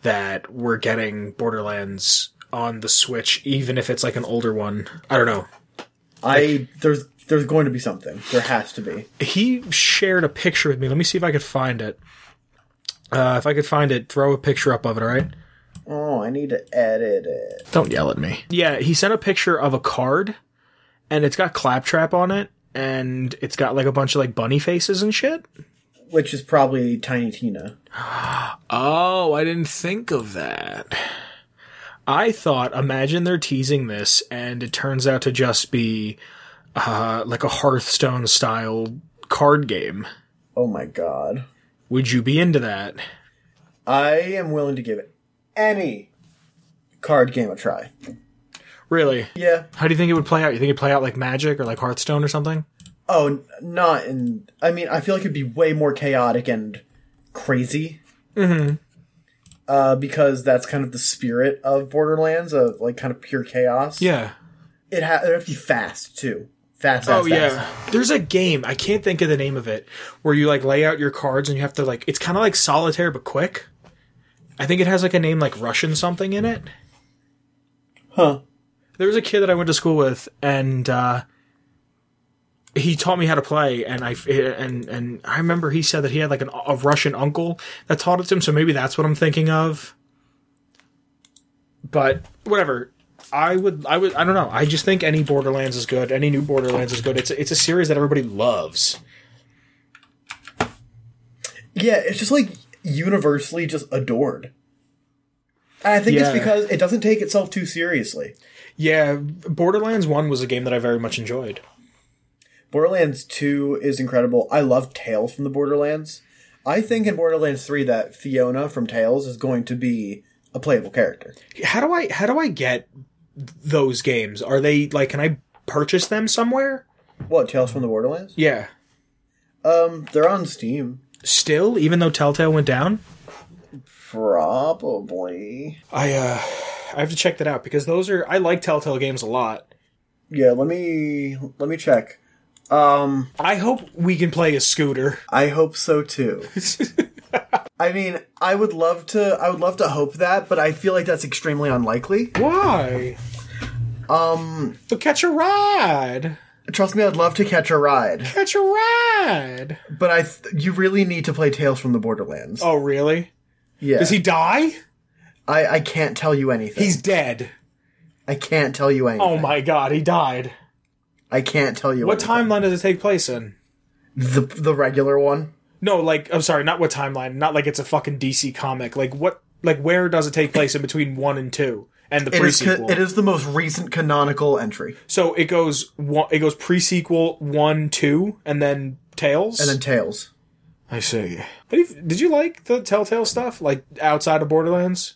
that we're getting Borderlands on the Switch, even if it's like an older one. I don't know. I there's there's going to be something. There has to be. he shared a picture with me. Let me see if I could find it. Uh, if I could find it, throw a picture up of it, all right? Oh, I need to edit it. Don't yell at me. Yeah, he sent a picture of a card, and it's got claptrap on it, and it's got like a bunch of like bunny faces and shit. Which is probably Tiny Tina. Oh, I didn't think of that. I thought, imagine they're teasing this, and it turns out to just be uh, like a Hearthstone style card game. Oh my god. Would you be into that? I am willing to give any card game a try. Really? Yeah. How do you think it would play out? You think it'd play out like Magic or like Hearthstone or something? Oh, n- not in. I mean, I feel like it'd be way more chaotic and crazy. Mm-hmm. Uh, because that's kind of the spirit of Borderlands of like kind of pure chaos. Yeah. It ha- it'd have to be fast too. Fast. fast Oh yeah. fast. There's a game, I can't think of the name of it, where you like lay out your cards and you have to like it's kind of like solitaire but quick. I think it has like a name like Russian something in it. Huh. There was a kid that I went to school with and uh he taught me how to play and I and and I remember he said that he had like an, a Russian uncle that taught it to him, so maybe that's what I'm thinking of. But whatever. I would, I would, I don't know. I just think any Borderlands is good. Any new Borderlands is good. It's a, it's a series that everybody loves. Yeah, it's just like universally just adored. And I think Yeah. it's because it doesn't take itself too seriously. Yeah, Borderlands One was a game that I very much enjoyed. Borderlands 2 is incredible. I love Tales from the Borderlands. I think in Borderlands 3 that Fiona from Tales is going to be a playable character. How do I how do I get those games? Are they like can I purchase them somewhere? What, Tales from the Borderlands? Yeah. Um, they're on Steam. Still, even though Telltale went down, Probably. I uh I have to check that out because those are I like Telltale games a lot. Yeah, let me let me check. Um, I hope we can play a scooter. I hope so too. I mean, I would love to I would love to hope that, but I feel like that's extremely unlikely. Why? Um, But catch a ride. trust me, I'd love to catch a ride, Catch a ride. but I th- you really need to play Tales from the Borderlands. Oh really? yeah. Does he die? I, I can't tell you anything. He's dead. I can't tell you anything. Oh my god, he died. I can't tell you What anything. timeline does it take place in? The the regular one. No, like I'm sorry, not what timeline. Not like it's a fucking DC comic. Like what? Like where does it take place in between one and two and the It pre is ca- sequel? it is the most recent canonical entry, so it goes one, it goes pre sequel one two and then Tails. and then Tales. I see. But if, did you like the Telltale stuff? Like outside of Borderlands,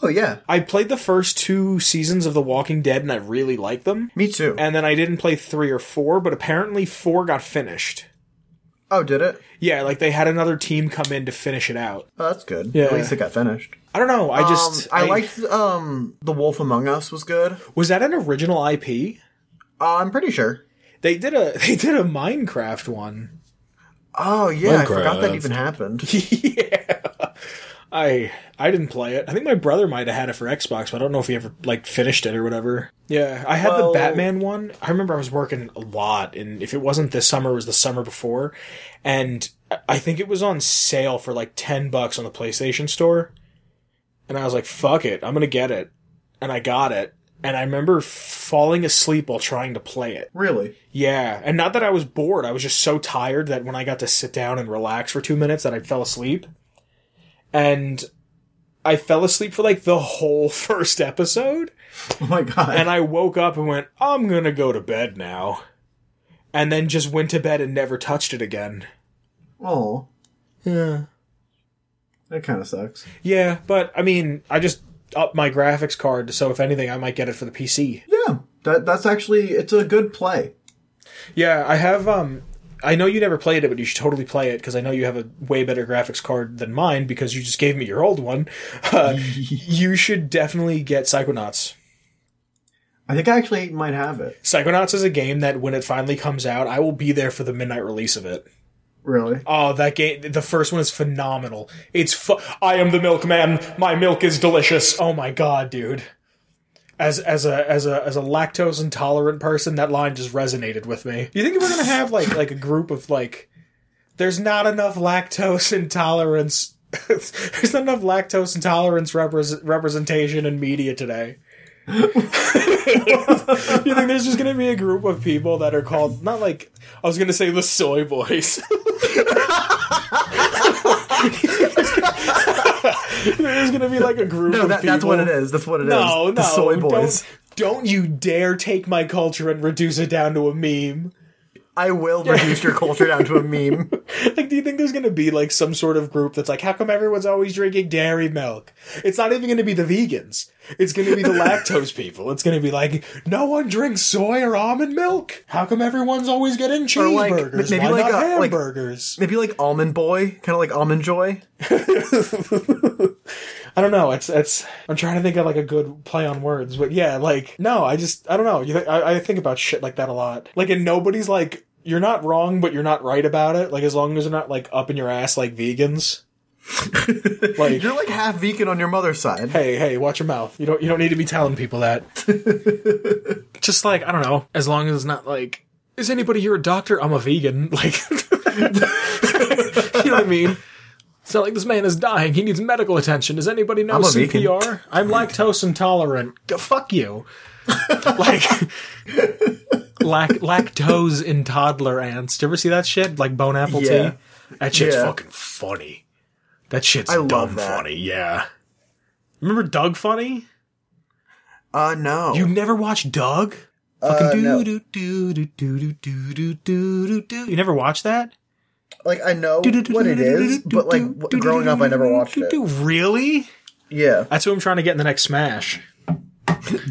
Oh yeah, I played the first two seasons of The Walking Dead and I really liked them. me too. And then I didn't play three or four, but apparently four got finished. oh, did it? Yeah, like they had another team come in to finish it out. Oh, that's good. Yeah. At least it got finished. I don't know. I just um, I, liked um the Wolf Among Us was good. Was that an original IP? Uh, I'm pretty sure. They did a they did a Minecraft one. Oh yeah, I forgot that Minecraft. even happened. yeah. I I didn't play it. I think my brother might have had it for Xbox, but I don't know if he ever like finished it or whatever. Yeah, I had Well- the Batman one. I remember I was working a lot and if it wasn't this summer it was the summer before and I- I think it was on sale for like 10 bucks on the PlayStation store. And I was like, "Fuck it. I'm going to get it." And I got it. And I remember falling asleep while trying to play it. Really? Yeah, and not that I was bored, I was just so tired that when I got to sit down and relax for 2 minutes that I fell asleep. And I fell asleep for like the whole first episode Oh my god. and I woke up and went, "I'm going to go to bed now." And then just went to bed and never touched it again. oh, Yeah. that kind of sucks. Yeah, but I mean, I just upped my graphics card, so if anything I might get it for the PC. Yeah, that that's actually it's a good play. Yeah, I have. Um, I know you never played it, but you should totally play it because I know you have a way better graphics card than mine because you just gave me your old one. Uh, you should definitely get Psychonauts. I think I actually might have it. Psychonauts is a game that when it finally comes out, I will be there for the midnight release of it. Really? Oh, that game! The first one is phenomenal. It's fu- I am the milkman. My milk is delicious. Oh my god, dude! As as a as a as a lactose intolerant person, that line just resonated with me. You think we're gonna have like like a group of like? There's not enough lactose intolerance There's not enough lactose intolerance repres representation in media today. you think there's just gonna be a group of people that are called not like I was gonna say the soy boys. there's gonna be like a group No, of that, people. that's what it is. That's what it is. No, no, The soy boys. Don't, don't you dare take my culture and reduce it down to a meme. I will reduce your culture down to a meme. Like, do you think there's gonna be like some sort of group that's like, how come everyone's always drinking dairy milk? It's not even gonna be the vegans. It's gonna be the lactose people. It's gonna be like, no one drinks soy or almond milk. How come everyone's always getting cheeseburgers? like, maybe Why like not a- like- hamburgers? Maybe like almond boy, kind of like almond joy. I don't know. It's it's. I'm trying to think of like a good play on words, but yeah, like no, I just I don't know. You th- I, I think about shit like that a lot. Like, and nobody's like, you're not wrong, but you're not right about it. Like, as long as you're not like up in your ass like vegans. like You're like half vegan on your mother's side. hey, hey, watch your mouth. You don't you don't need to be telling people that. Just like, I don't know, as long as it's not like is anybody here a doctor? I'm a vegan. Like You know what I mean? It's not like this man is dying. He needs medical attention. Does anybody know I'm a vegan. CPR? I'm lactose intolerant. Go fuck you. like lac- lactose in toddler ants. Do you ever see that shit? Like bone apple Yeah. tea? That shit's Yeah. fucking funny. That shit's I love dumb that. funny, yeah. Remember Doug Funny? Uh, no. You never watched Doug? Uh, Fucking no. do do do do do do do do do do. You never watched that? Like I know what it is, but like w- growing up, I never watched it. Really? Yeah, That's who I'm trying to get in the next Smash.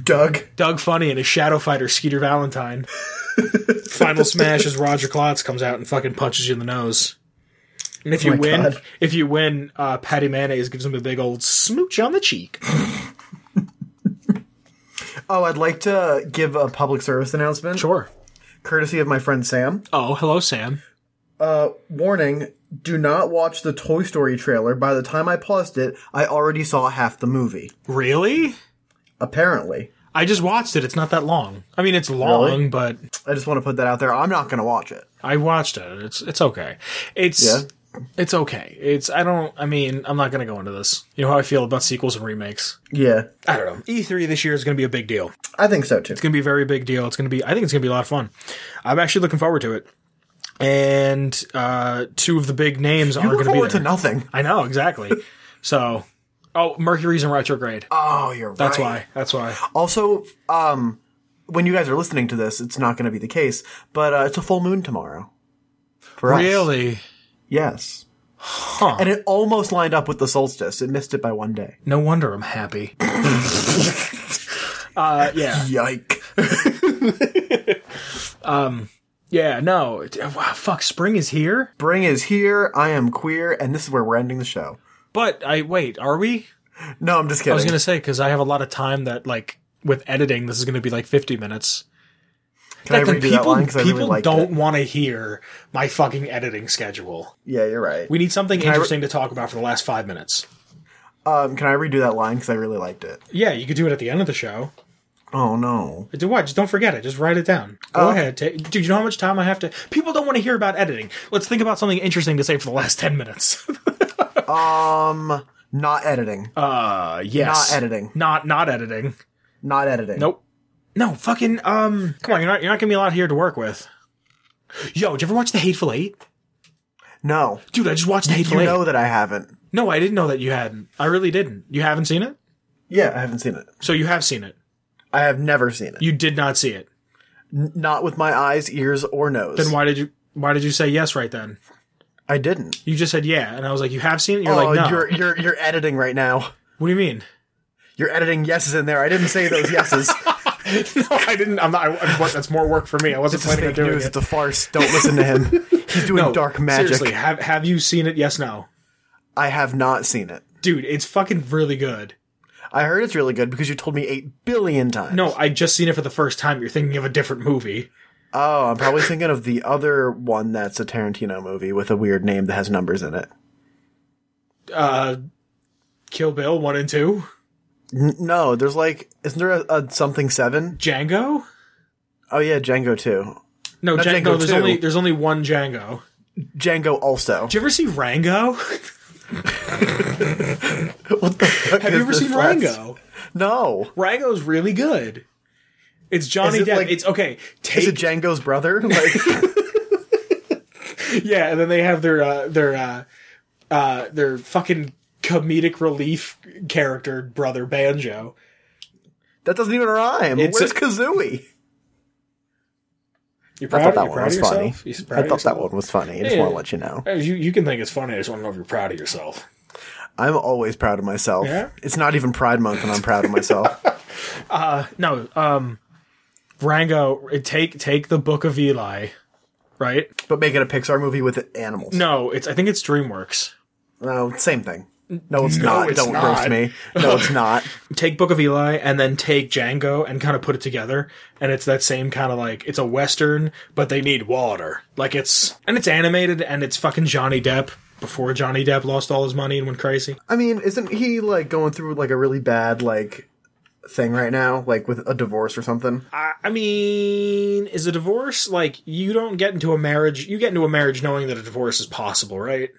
Doug. Doug Funny and his shadow fighter Skeeter Valentine. Final Smash is Roger Klotz comes out and fucking punches you in the nose. And if you my win, God. if you win, uh, Patty Mayonnaise gives him a big old smooch on the cheek. Oh, I'd like to give a public service announcement, Sure. courtesy of my friend Sam. Oh, hello, Sam. Warning: Do not watch the Toy Story trailer. By the time I paused it, I already saw half the movie. Really? Apparently, I just watched it. It's not that long. I mean, it's long, Really? but I just want to put that out there. I'm not going to watch it. I watched it. It's it's okay. It's it's okay. It's I don't. I mean, I'm not gonna go into this. You know how I feel about sequels and remakes. Yeah, I don't know. E3 this year is gonna be a big deal. It's I think so too. gonna be a very big deal. It's gonna be. I think it's gonna be a lot of fun. I'm actually looking forward to it. And uh two of the big names You aren't look gonna be forward there. to nothing. I know exactly. so, oh, Mercury's in retrograde. Oh, you're right. That's why. That's why. Also, um, when you guys are listening to this, it's not going to be the case, but uh, it's a full moon tomorrow. For us. Really? Yes. Huh. And it almost lined up with the solstice. It missed it by one day. No wonder I'm happy. uh, yeah, Yike. yeah, no, it- wow, fuck, spring is here. Bring is here. I am queer, and this is where we're ending the show. But I wait, are we? No, I'm just kidding. I was gonna say because I have a lot of time that like with editing, this is gonna be like 50 minutes. Can That- I then redo people that line? Because I people really liked don't it. want to hear my fucking editing schedule. Yeah, you're right. We need something I re- interesting to talk about for the last five minutes. um, can I redo that line? Because I really liked it. Yeah, you could do it at the end of the show. Oh, no. Do what? Just don't forget it. Just write it down. Oh. Go ahead. Take, dude, you know how much time I have to. People don't want to hear about editing. Let's think about something interesting to say for the last 10 minutes. Um, not editing. Uh, yes. Not editing. Not not editing. not editing. Nope. No, fucking um. Come on, you're not you're not gonna be a lot here to work with. Yo, did you ever watch The Hateful Eight? No. Dude, I just watched The Hateful You Eight. know that I haven't. No, I didn't know that you hadn't. I really didn't. You haven't seen it, Yeah, I haven't seen it. so you have seen it. I have never seen it. You did not see it. Not with my eyes, ears, or nose. Then why did you why did you say yes right then? I didn't. You just said yeah, and I was like, you have seen it. You're oh, like, no. you're you're you're editing right now. What do you mean? You're editing yeses in there. I didn't say those yeses. no, I didn't. I'm not. I, I- that's more work for me. I wasn't This is planning on fake doing news. it. It's a farce. Don't listen to him. He's doing No, dark magic. Seriously, have have you seen it? Yes, no. I have not seen it. Dude, it's fucking really good. I heard it's really good because you told me eight billion times. No, I just seen it for the first time. You're thinking of a different movie. Oh, I'm probably thinking of the other one that's a Tarantino movie with a weird name that has numbers in it. Uh, Kill Bill one and two, N- no, there's like, isn't there a, a something seven? Django. Oh yeah, Django too. No, Not Django. Django there's 2. only there's only one Django. Django also. Did you ever see Rango? What the fuck Have is you ever this seen last- Rango? No. Rango's really good. It's Johnny Is it Depp. like- it's okay. Is Take it Django's brother? Like, yeah, and then they have their uh, their uh, uh, their fucking comedic relief character brother Banjo. that doesn't even rhyme. It's Where's a- Kazooie? You I proud? thought that you one proud was of yourself? funny. You proud I of thought that yourself? one was funny. I just Yeah. want to let you know. Uh, You, you can think it's funny. I just want to know if you're proud of yourself. I'm always proud of myself. Yeah? It's not even Pride Month, and I'm proud of myself. No, um, Rango, take take the Book of Eli, right? but make it a Pixar movie with animals. No, it's I think it's DreamWorks. No, same thing. No, it's not. it's Don't not. roast me. No, it's not. Take Book of Eli and then take Django and kind of put it together, and it's that same kind of like it's a western, but they need water. Like it's and it's animated and it's fucking Johnny Depp before Johnny Depp lost all his money and went crazy. I mean, isn't he like going through like a really bad like thing right now, like with a divorce or something? I, I mean, is a divorce like you don't get into a marriage? You get into a marriage knowing that a divorce is possible, right?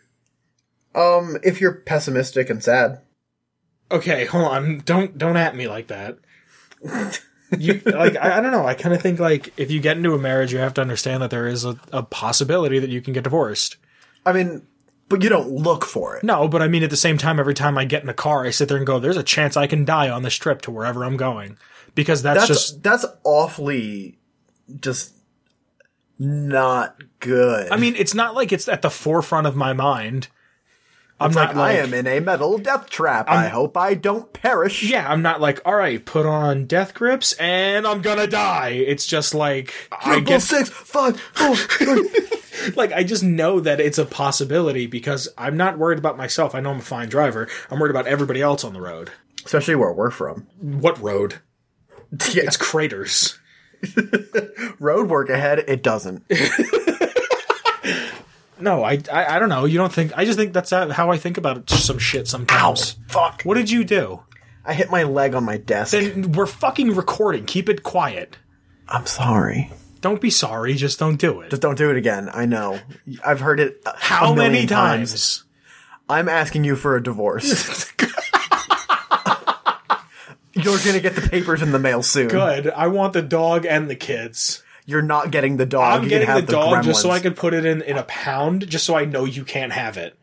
Um, if you're pessimistic and sad, okay hold on don't don't at me like that you like I, I don't know i kind of think like if you get into a marriage you have to understand that there is a, a possibility that you can get divorced I mean, but you don't look for it. no but i mean at the same time every time i get in a car i sit there and go there's a chance i can die on this trip to wherever i'm going because that's, that's just that's awfully just not good. i mean it's not like it's at the forefront of my mind i'm not like, like, I am in a metal death trap. i hope I don't perish. yeah i'm not like all right put on death grips and i'm gonna die it's just like i Triple guess six, five, four, three. like I just know that it's a possibility because I'm not worried about myself. I know I'm a fine driver. I'm worried about everybody else on the road. Especially where we're from. What road? Yeah, It's craters. road work ahead. It doesn't. No, I, I I don't know. You don't think? I just think that's how I think about some shit sometimes. Oh, Fuck. What did you do? I hit my leg on my desk. And we're fucking recording. Keep it quiet. I'm sorry. Don't be sorry. Just don't do it. Just don't do it again. I know. I've heard it. a- how a million many times? I'm asking you for a divorce. You're gonna get the papers in the mail soon. Good. I want the dog and the kids. You're not getting the dog. I'm you getting can the have dog just so gremlins. I can put it in in a pound, just so I know you can't have it.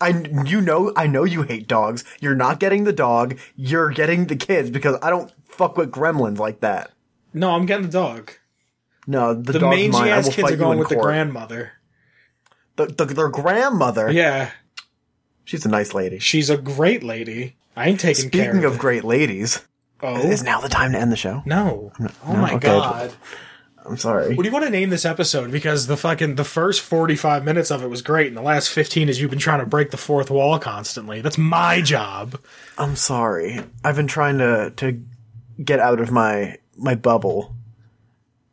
I you know I know you hate dogs. You're not getting the dog. You're getting the kids because I don't fuck with gremlins like that. No, I'm getting the dog. No, the, The dog's mangy mine. I ass will kids fight are you going in with the court. grandmother. The, the, their grandmother. Yeah, She's a nice lady. she's a great lady. I ain't taking care Speaking of. of great ladies, oh is now the time to end the show? no! Oh my okay. god! I'm sorry. What do you want to name this episode? Because the fucking the first forty five minutes of it was great, and the last fifteen is you've been trying to break the fourth wall constantly. That's my job. I'm sorry. I've been trying to to get out of my my bubble,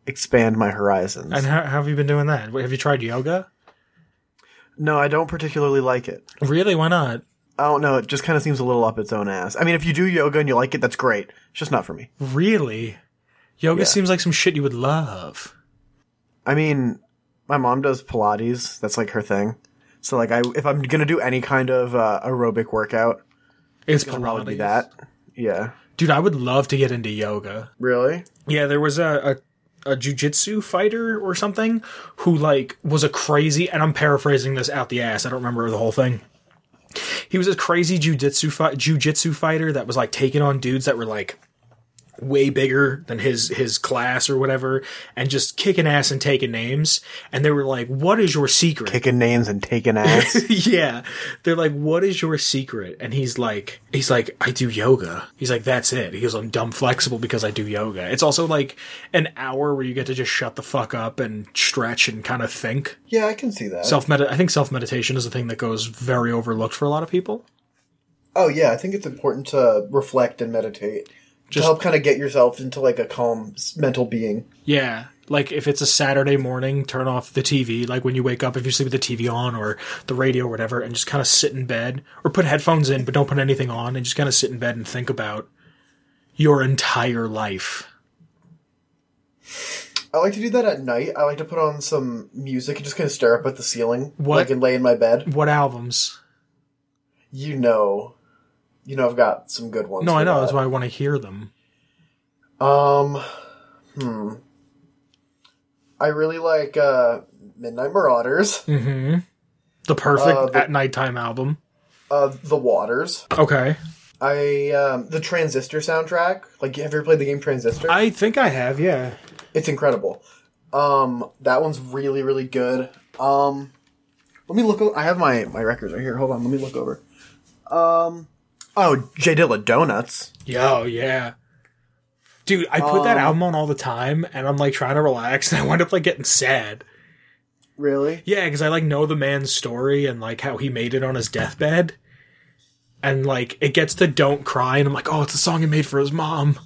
expand my horizons. And how, how have you been doing that? Have you tried yoga? no, I don't particularly like it. Really? Why not? I don't know. It just kind of seems a little up its own ass. I mean, if you do yoga and you like it, that's great. It's just not for me. Really? Yoga Yeah. seems like some shit you would love. I mean, my mom does Pilates. That's like her thing. So like, I if I'm gonna do any kind of uh, aerobic workout, It's probably Pilates. be that. Yeah. Dude, I would love to get into yoga. Really? Yeah, there was a a, a jujitsu fighter or something who like was a crazy, and I'm paraphrasing this out the ass. I don't remember the whole thing. He was a crazy jujitsu fi- jujitsu fighter that was like taking on dudes that were like way bigger than his his class or whatever, and just kicking ass and taking names. And they were like, "What is your secret?" Kicking names and taking ass. yeah. They're like, what is your secret? And he's like, he's like, I do yoga. He's like, that's it. He goes, I'm dumb flexible because I do yoga. It's also like an hour where you get to just shut the fuck up and stretch and kind of think. yeah, I can see that. Self med, I think self meditation is a thing that goes very overlooked for a lot of people. Oh yeah, I think it's important to reflect and meditate Just- to help kind of get yourself into like a calm s- mental being. Yeah. Like if it's a Saturday morning, turn off the TV. Like when you wake up, if you sleep with the TV on or the radio or whatever, and just kind of sit in bed or put headphones in, but don't put anything on and just kind of sit in bed and think about your entire life. I like to do that at night. I like to put on some music and just kind of stare up at the ceiling, What- like and lay in my bed. What albums? you know, you know, I've got some good ones. No, for I know. that. That's why I want to hear them. Um, hmm. I really like uh, Midnight Marauders, Mm. Mm-hmm. The perfect Uh, the- at nighttime album. uh, The Waters. Okay. I um, the Transistor soundtrack. Like, have you ever played the game Transistor? I think I have. Yeah. it's incredible. Um, that one's really really good. Um, let me look. O- I have my my records right here. Hold on. Let me look over. Um, oh, J Dilla Donuts. Yo, yeah. Dude, I put Um, that album on all the time, and I'm like trying to relax, and I wind up like getting sad. Really? Yeah, because I like know the man's story and like how he made it on his deathbed. And like it gets to Don't Cry, and I'm like, oh, it's a song he made for his mom.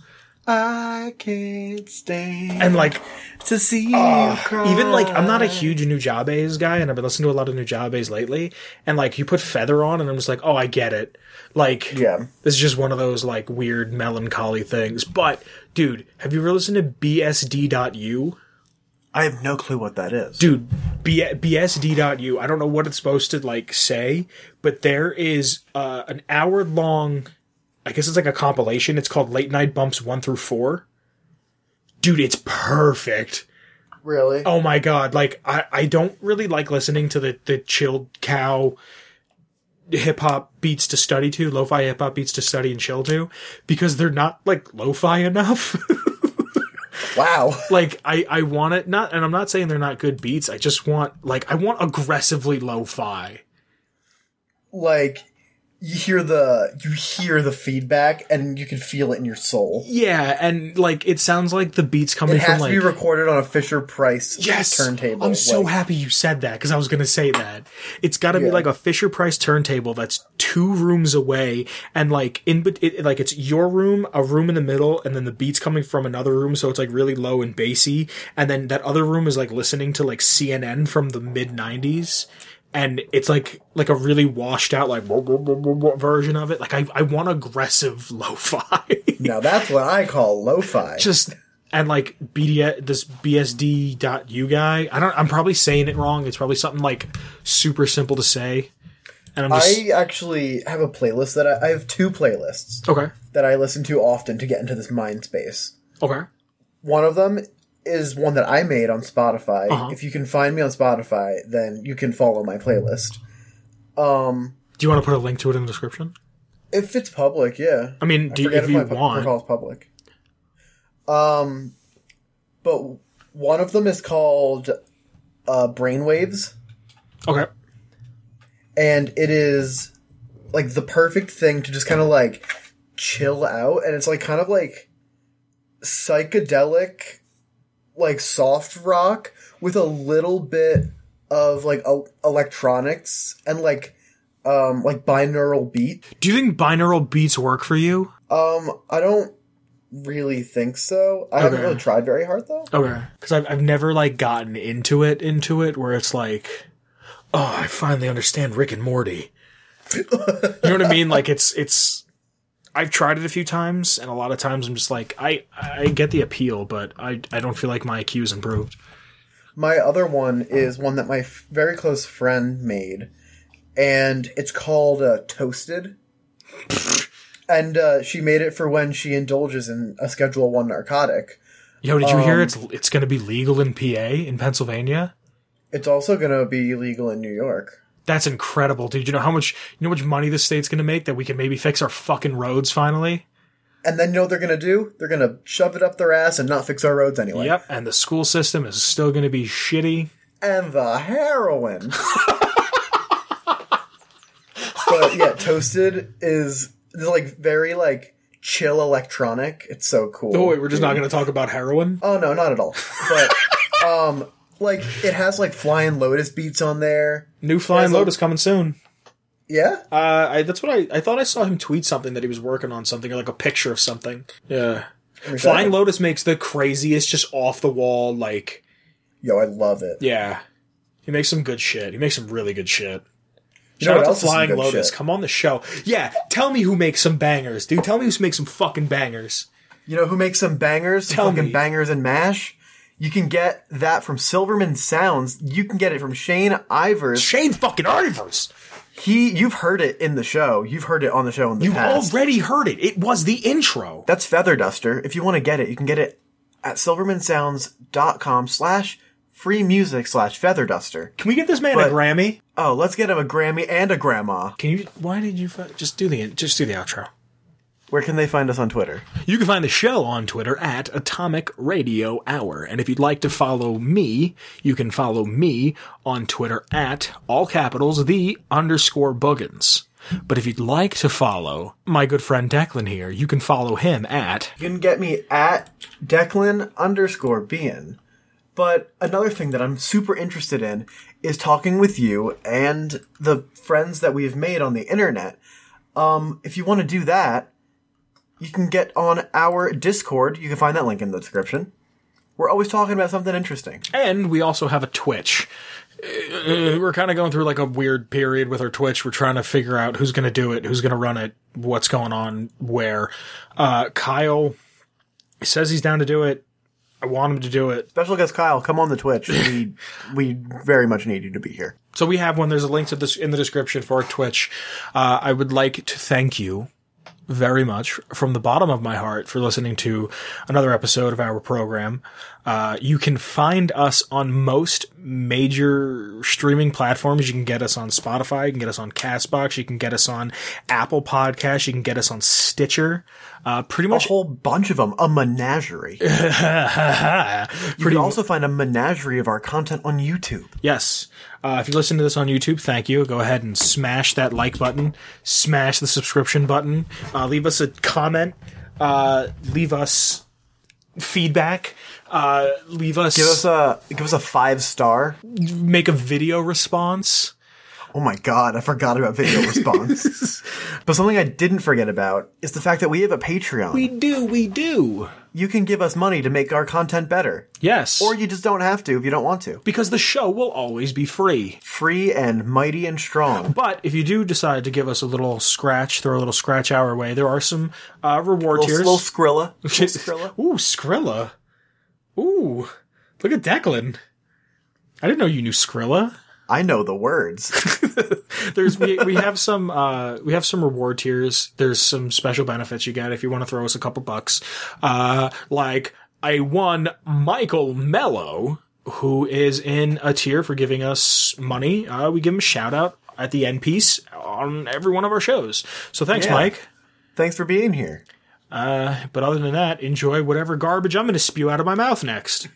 I can't stand And like, to see you cry. even like, I'm not a huge Nujabes guy, and I've been listening to a lot of Nujabes lately. And like, you put Feather on, and I'm just like, oh, I get it. Like, Yeah. this is just one of those like weird melancholy things. But dude, have you ever listened to BSD.U? I have no clue what that is. dude B- bsd.u i don't know what it's supposed to like say but there is uh, an hour long i guess it's like a compilation it's called late night bumps 1 through 4 dude it's perfect Really? oh my god like i, I don't really like listening to the, the chilled cow hip hop beats to study to lo-fi hip hop beats to study and chill to because they're not like lo-fi enough Wow. like I I want it not and I'm not saying they're not good beats. I just want like I want aggressively lo-fi. like you hear the you hear the feedback and you can feel it in your soul. Yeah, and like it sounds like the beats coming It from has like to be recorded on a Fisher Price yes turntable. I'm so like, happy you said that cuz I was going to say that. It's got to be Yeah. like a Fisher Price turntable that's two rooms away and like in bet- it, like it's your room, a room in the middle and then the beats coming from another room so it's like really low and bassy and then that other room is like listening to like CNN from the mid 90s. and it's like like a really washed out like wah, wah, wah, wah, wah version of it. Like I I want aggressive lo-fi. Now that's what I call lo-fi. Just and like BD this BSD.U guy. I don't I'm probably saying it wrong. It's probably something like super simple to say. And I'm just I actually have a playlist that I, I have two playlists Okay. that I listen to often to get into this mind space. Okay. One of them is one that I made on Spotify. Uh-huh. If you can find me on Spotify, then you can follow my playlist. Um, Do you want to put a link to it in the description? if it's public, yeah. I mean, do, forget if you my pu- want. recall is public. Um, but one of them is called uh, Brainwaves, Okay. and it is like the perfect thing to just kind of like chill out, and it's like kind of like psychedelic, like soft rock with a little bit of like el- electronics and like um like binaural beat. Do you think binaural beats work for you? Um, I don't really think so. I haven't Okay. really tried very hard though. Okay. Because I've, I've never like gotten into it, into it where it's like, oh, I finally understand Rick and Morty. you know what I mean? Like it's, it's, I've tried it a few times and a lot of times I'm just like, I, I get the appeal, but I, I don't feel like my IQ is improved. My other one is one that my f- very close friend made, and it's called uh, Toasted. And uh, she made it for when she indulges in a Schedule One narcotic. Yo, did you hear it's, it's going to be legal in PA in Pennsylvania? It's also going to be illegal in New York. That's incredible, dude. You know how much, you know how much money this state's going to make that we can maybe fix our fucking roads finally? And then you know what they're going to do? They're going to shove it up their ass and not fix our roads anyway. Yep. And the school system is still going to be shitty. And the heroin. but yeah, Toasted is, is like very like chill electronic. It's so cool. Oh, wait, we're just not going to talk about heroin? Oh no, not at all. But um like it has like flying lotus beats on there. New Flying so- Lotus coming soon. Yeah? Uh, I, that's what I, I thought. I saw him tweet something that he was working on something, or like a picture of something. Yeah, Uh, Flying Lotus makes the craziest, just off the wall. Like, Yo, I love it. yeah, he makes some good shit. He makes some really good shit. know Shout what out to else is some Flying good Lotus. shit? Come on the show. Yeah, tell me who makes some bangers, dude. Tell me who makes some fucking bangers. You know who makes some bangers? Some Tell fucking me. bangers and mash? You can get that from Silverman Sounds. You can get it from Shane Ivers. Shane fucking Ivers. He, you've heard it in the show. You've heard it on the show in the You past. already heard it. It was the intro. That's Feather Duster. If you want to get it, you can get it at silvermansounds.com slash free music slash feather duster. Can we get this man a But- Grammy? Oh, let's get him a Grammy and a grandma. Can you? Why did you fu- just do the just do the outro? Where can they find us on Twitter? You can find the show on Twitter at Atomic Radio Hour. And if you'd like to follow me, you can follow me on Twitter at all capitals the underscore Buggins. But if you'd like to follow my good friend Declan here, you can follow him at You can get me at Declan underscore Bean. But another thing that I'm super interested in is talking with you and the friends that we've made on the internet. Um, if you want to do that, you can get on our Discord. You can find that link in the description. We're always talking about something interesting. and we also have a Twitch. Uh, We're kind of going through like a weird period with our Twitch. We're trying to figure out who's going to do it, who's going to run it, what's going on, where. Uh, Kyle says he's down to do it. I want him to do it. Special guest Kyle, come on the Twitch. We we very much need you to be here. So we have one. There's a link to this in the description for our Twitch. Uh, I would like to thank you very much from the bottom of my heart for listening to another episode of our program. Uh, you can find us on most major streaming platforms. You can get us on Spotify. You can get us on Castbox. You can get us on Apple Podcasts. You can get us on Stitcher. Uh, pretty A much. whole bunch of them, a menagerie. You pretty can also find a menagerie of our content on YouTube. Yes. Uh, if you listen to this on YouTube, thank you. Go ahead and smash that like button, smash the subscription button, uh, leave us a comment, uh, leave us feedback, uh, leave us, Give us a give us a five star. make a video response. Oh my god, I forgot about video response. but something I didn't forget about is the fact that we have a Patreon. We do, we do. you can give us money to make our content better. Yes. Or you just don't have to if you don't want to. because the show will always be free. Free and mighty and strong. But if you do decide to give us a little scratch, throw a little scratch our way, there are some uh, reward Little, tiers. little Skrilla. Little Skrilla. Ooh, Skrilla. Ooh, look at Declan. I didn't know you knew Skrilla. I know the words. There's we, we have some uh, we have some reward tiers. There's some special benefits you get if you want to throw us a couple bucks. Uh, like I won Michael Mello, who is in a tier for giving us money. Uh, we give him a shout out at the end piece on every one of our shows. So thanks, Yeah. Mike. Thanks for being here. But other than that, enjoy whatever garbage I'm going to spew out of my mouth next.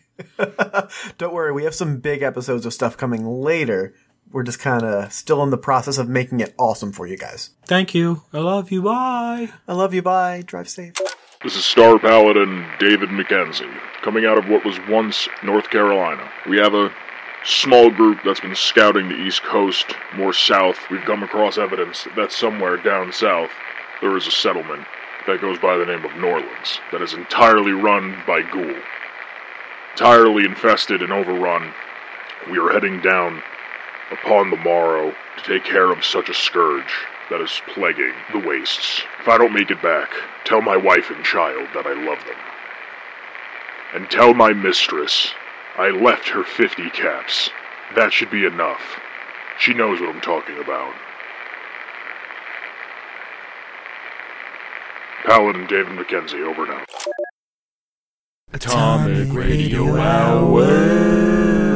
Don't worry, we have some big episodes of stuff coming later. We're just kind of still in the process of making it awesome for you guys. Thank you. I love you. Bye. I love you. Bye. Drive safe. This is Star Paladin David McKenzie, coming out of what was once North Carolina. We have a small group that's been scouting the East Coast, more south. We've come across evidence that somewhere down south there is a settlement that goes by the name of Norlands, that is entirely run by ghoul. Entirely infested and overrun, we are heading down upon the morrow to take care of such a scourge that is plaguing the wastes. If I don't make it back, tell my wife and child that I love them. And tell my mistress I left her 50 caps. That should be enough. She knows what I'm talking about. Paladin David Mackenzie, over now. Atomic Radio Hour.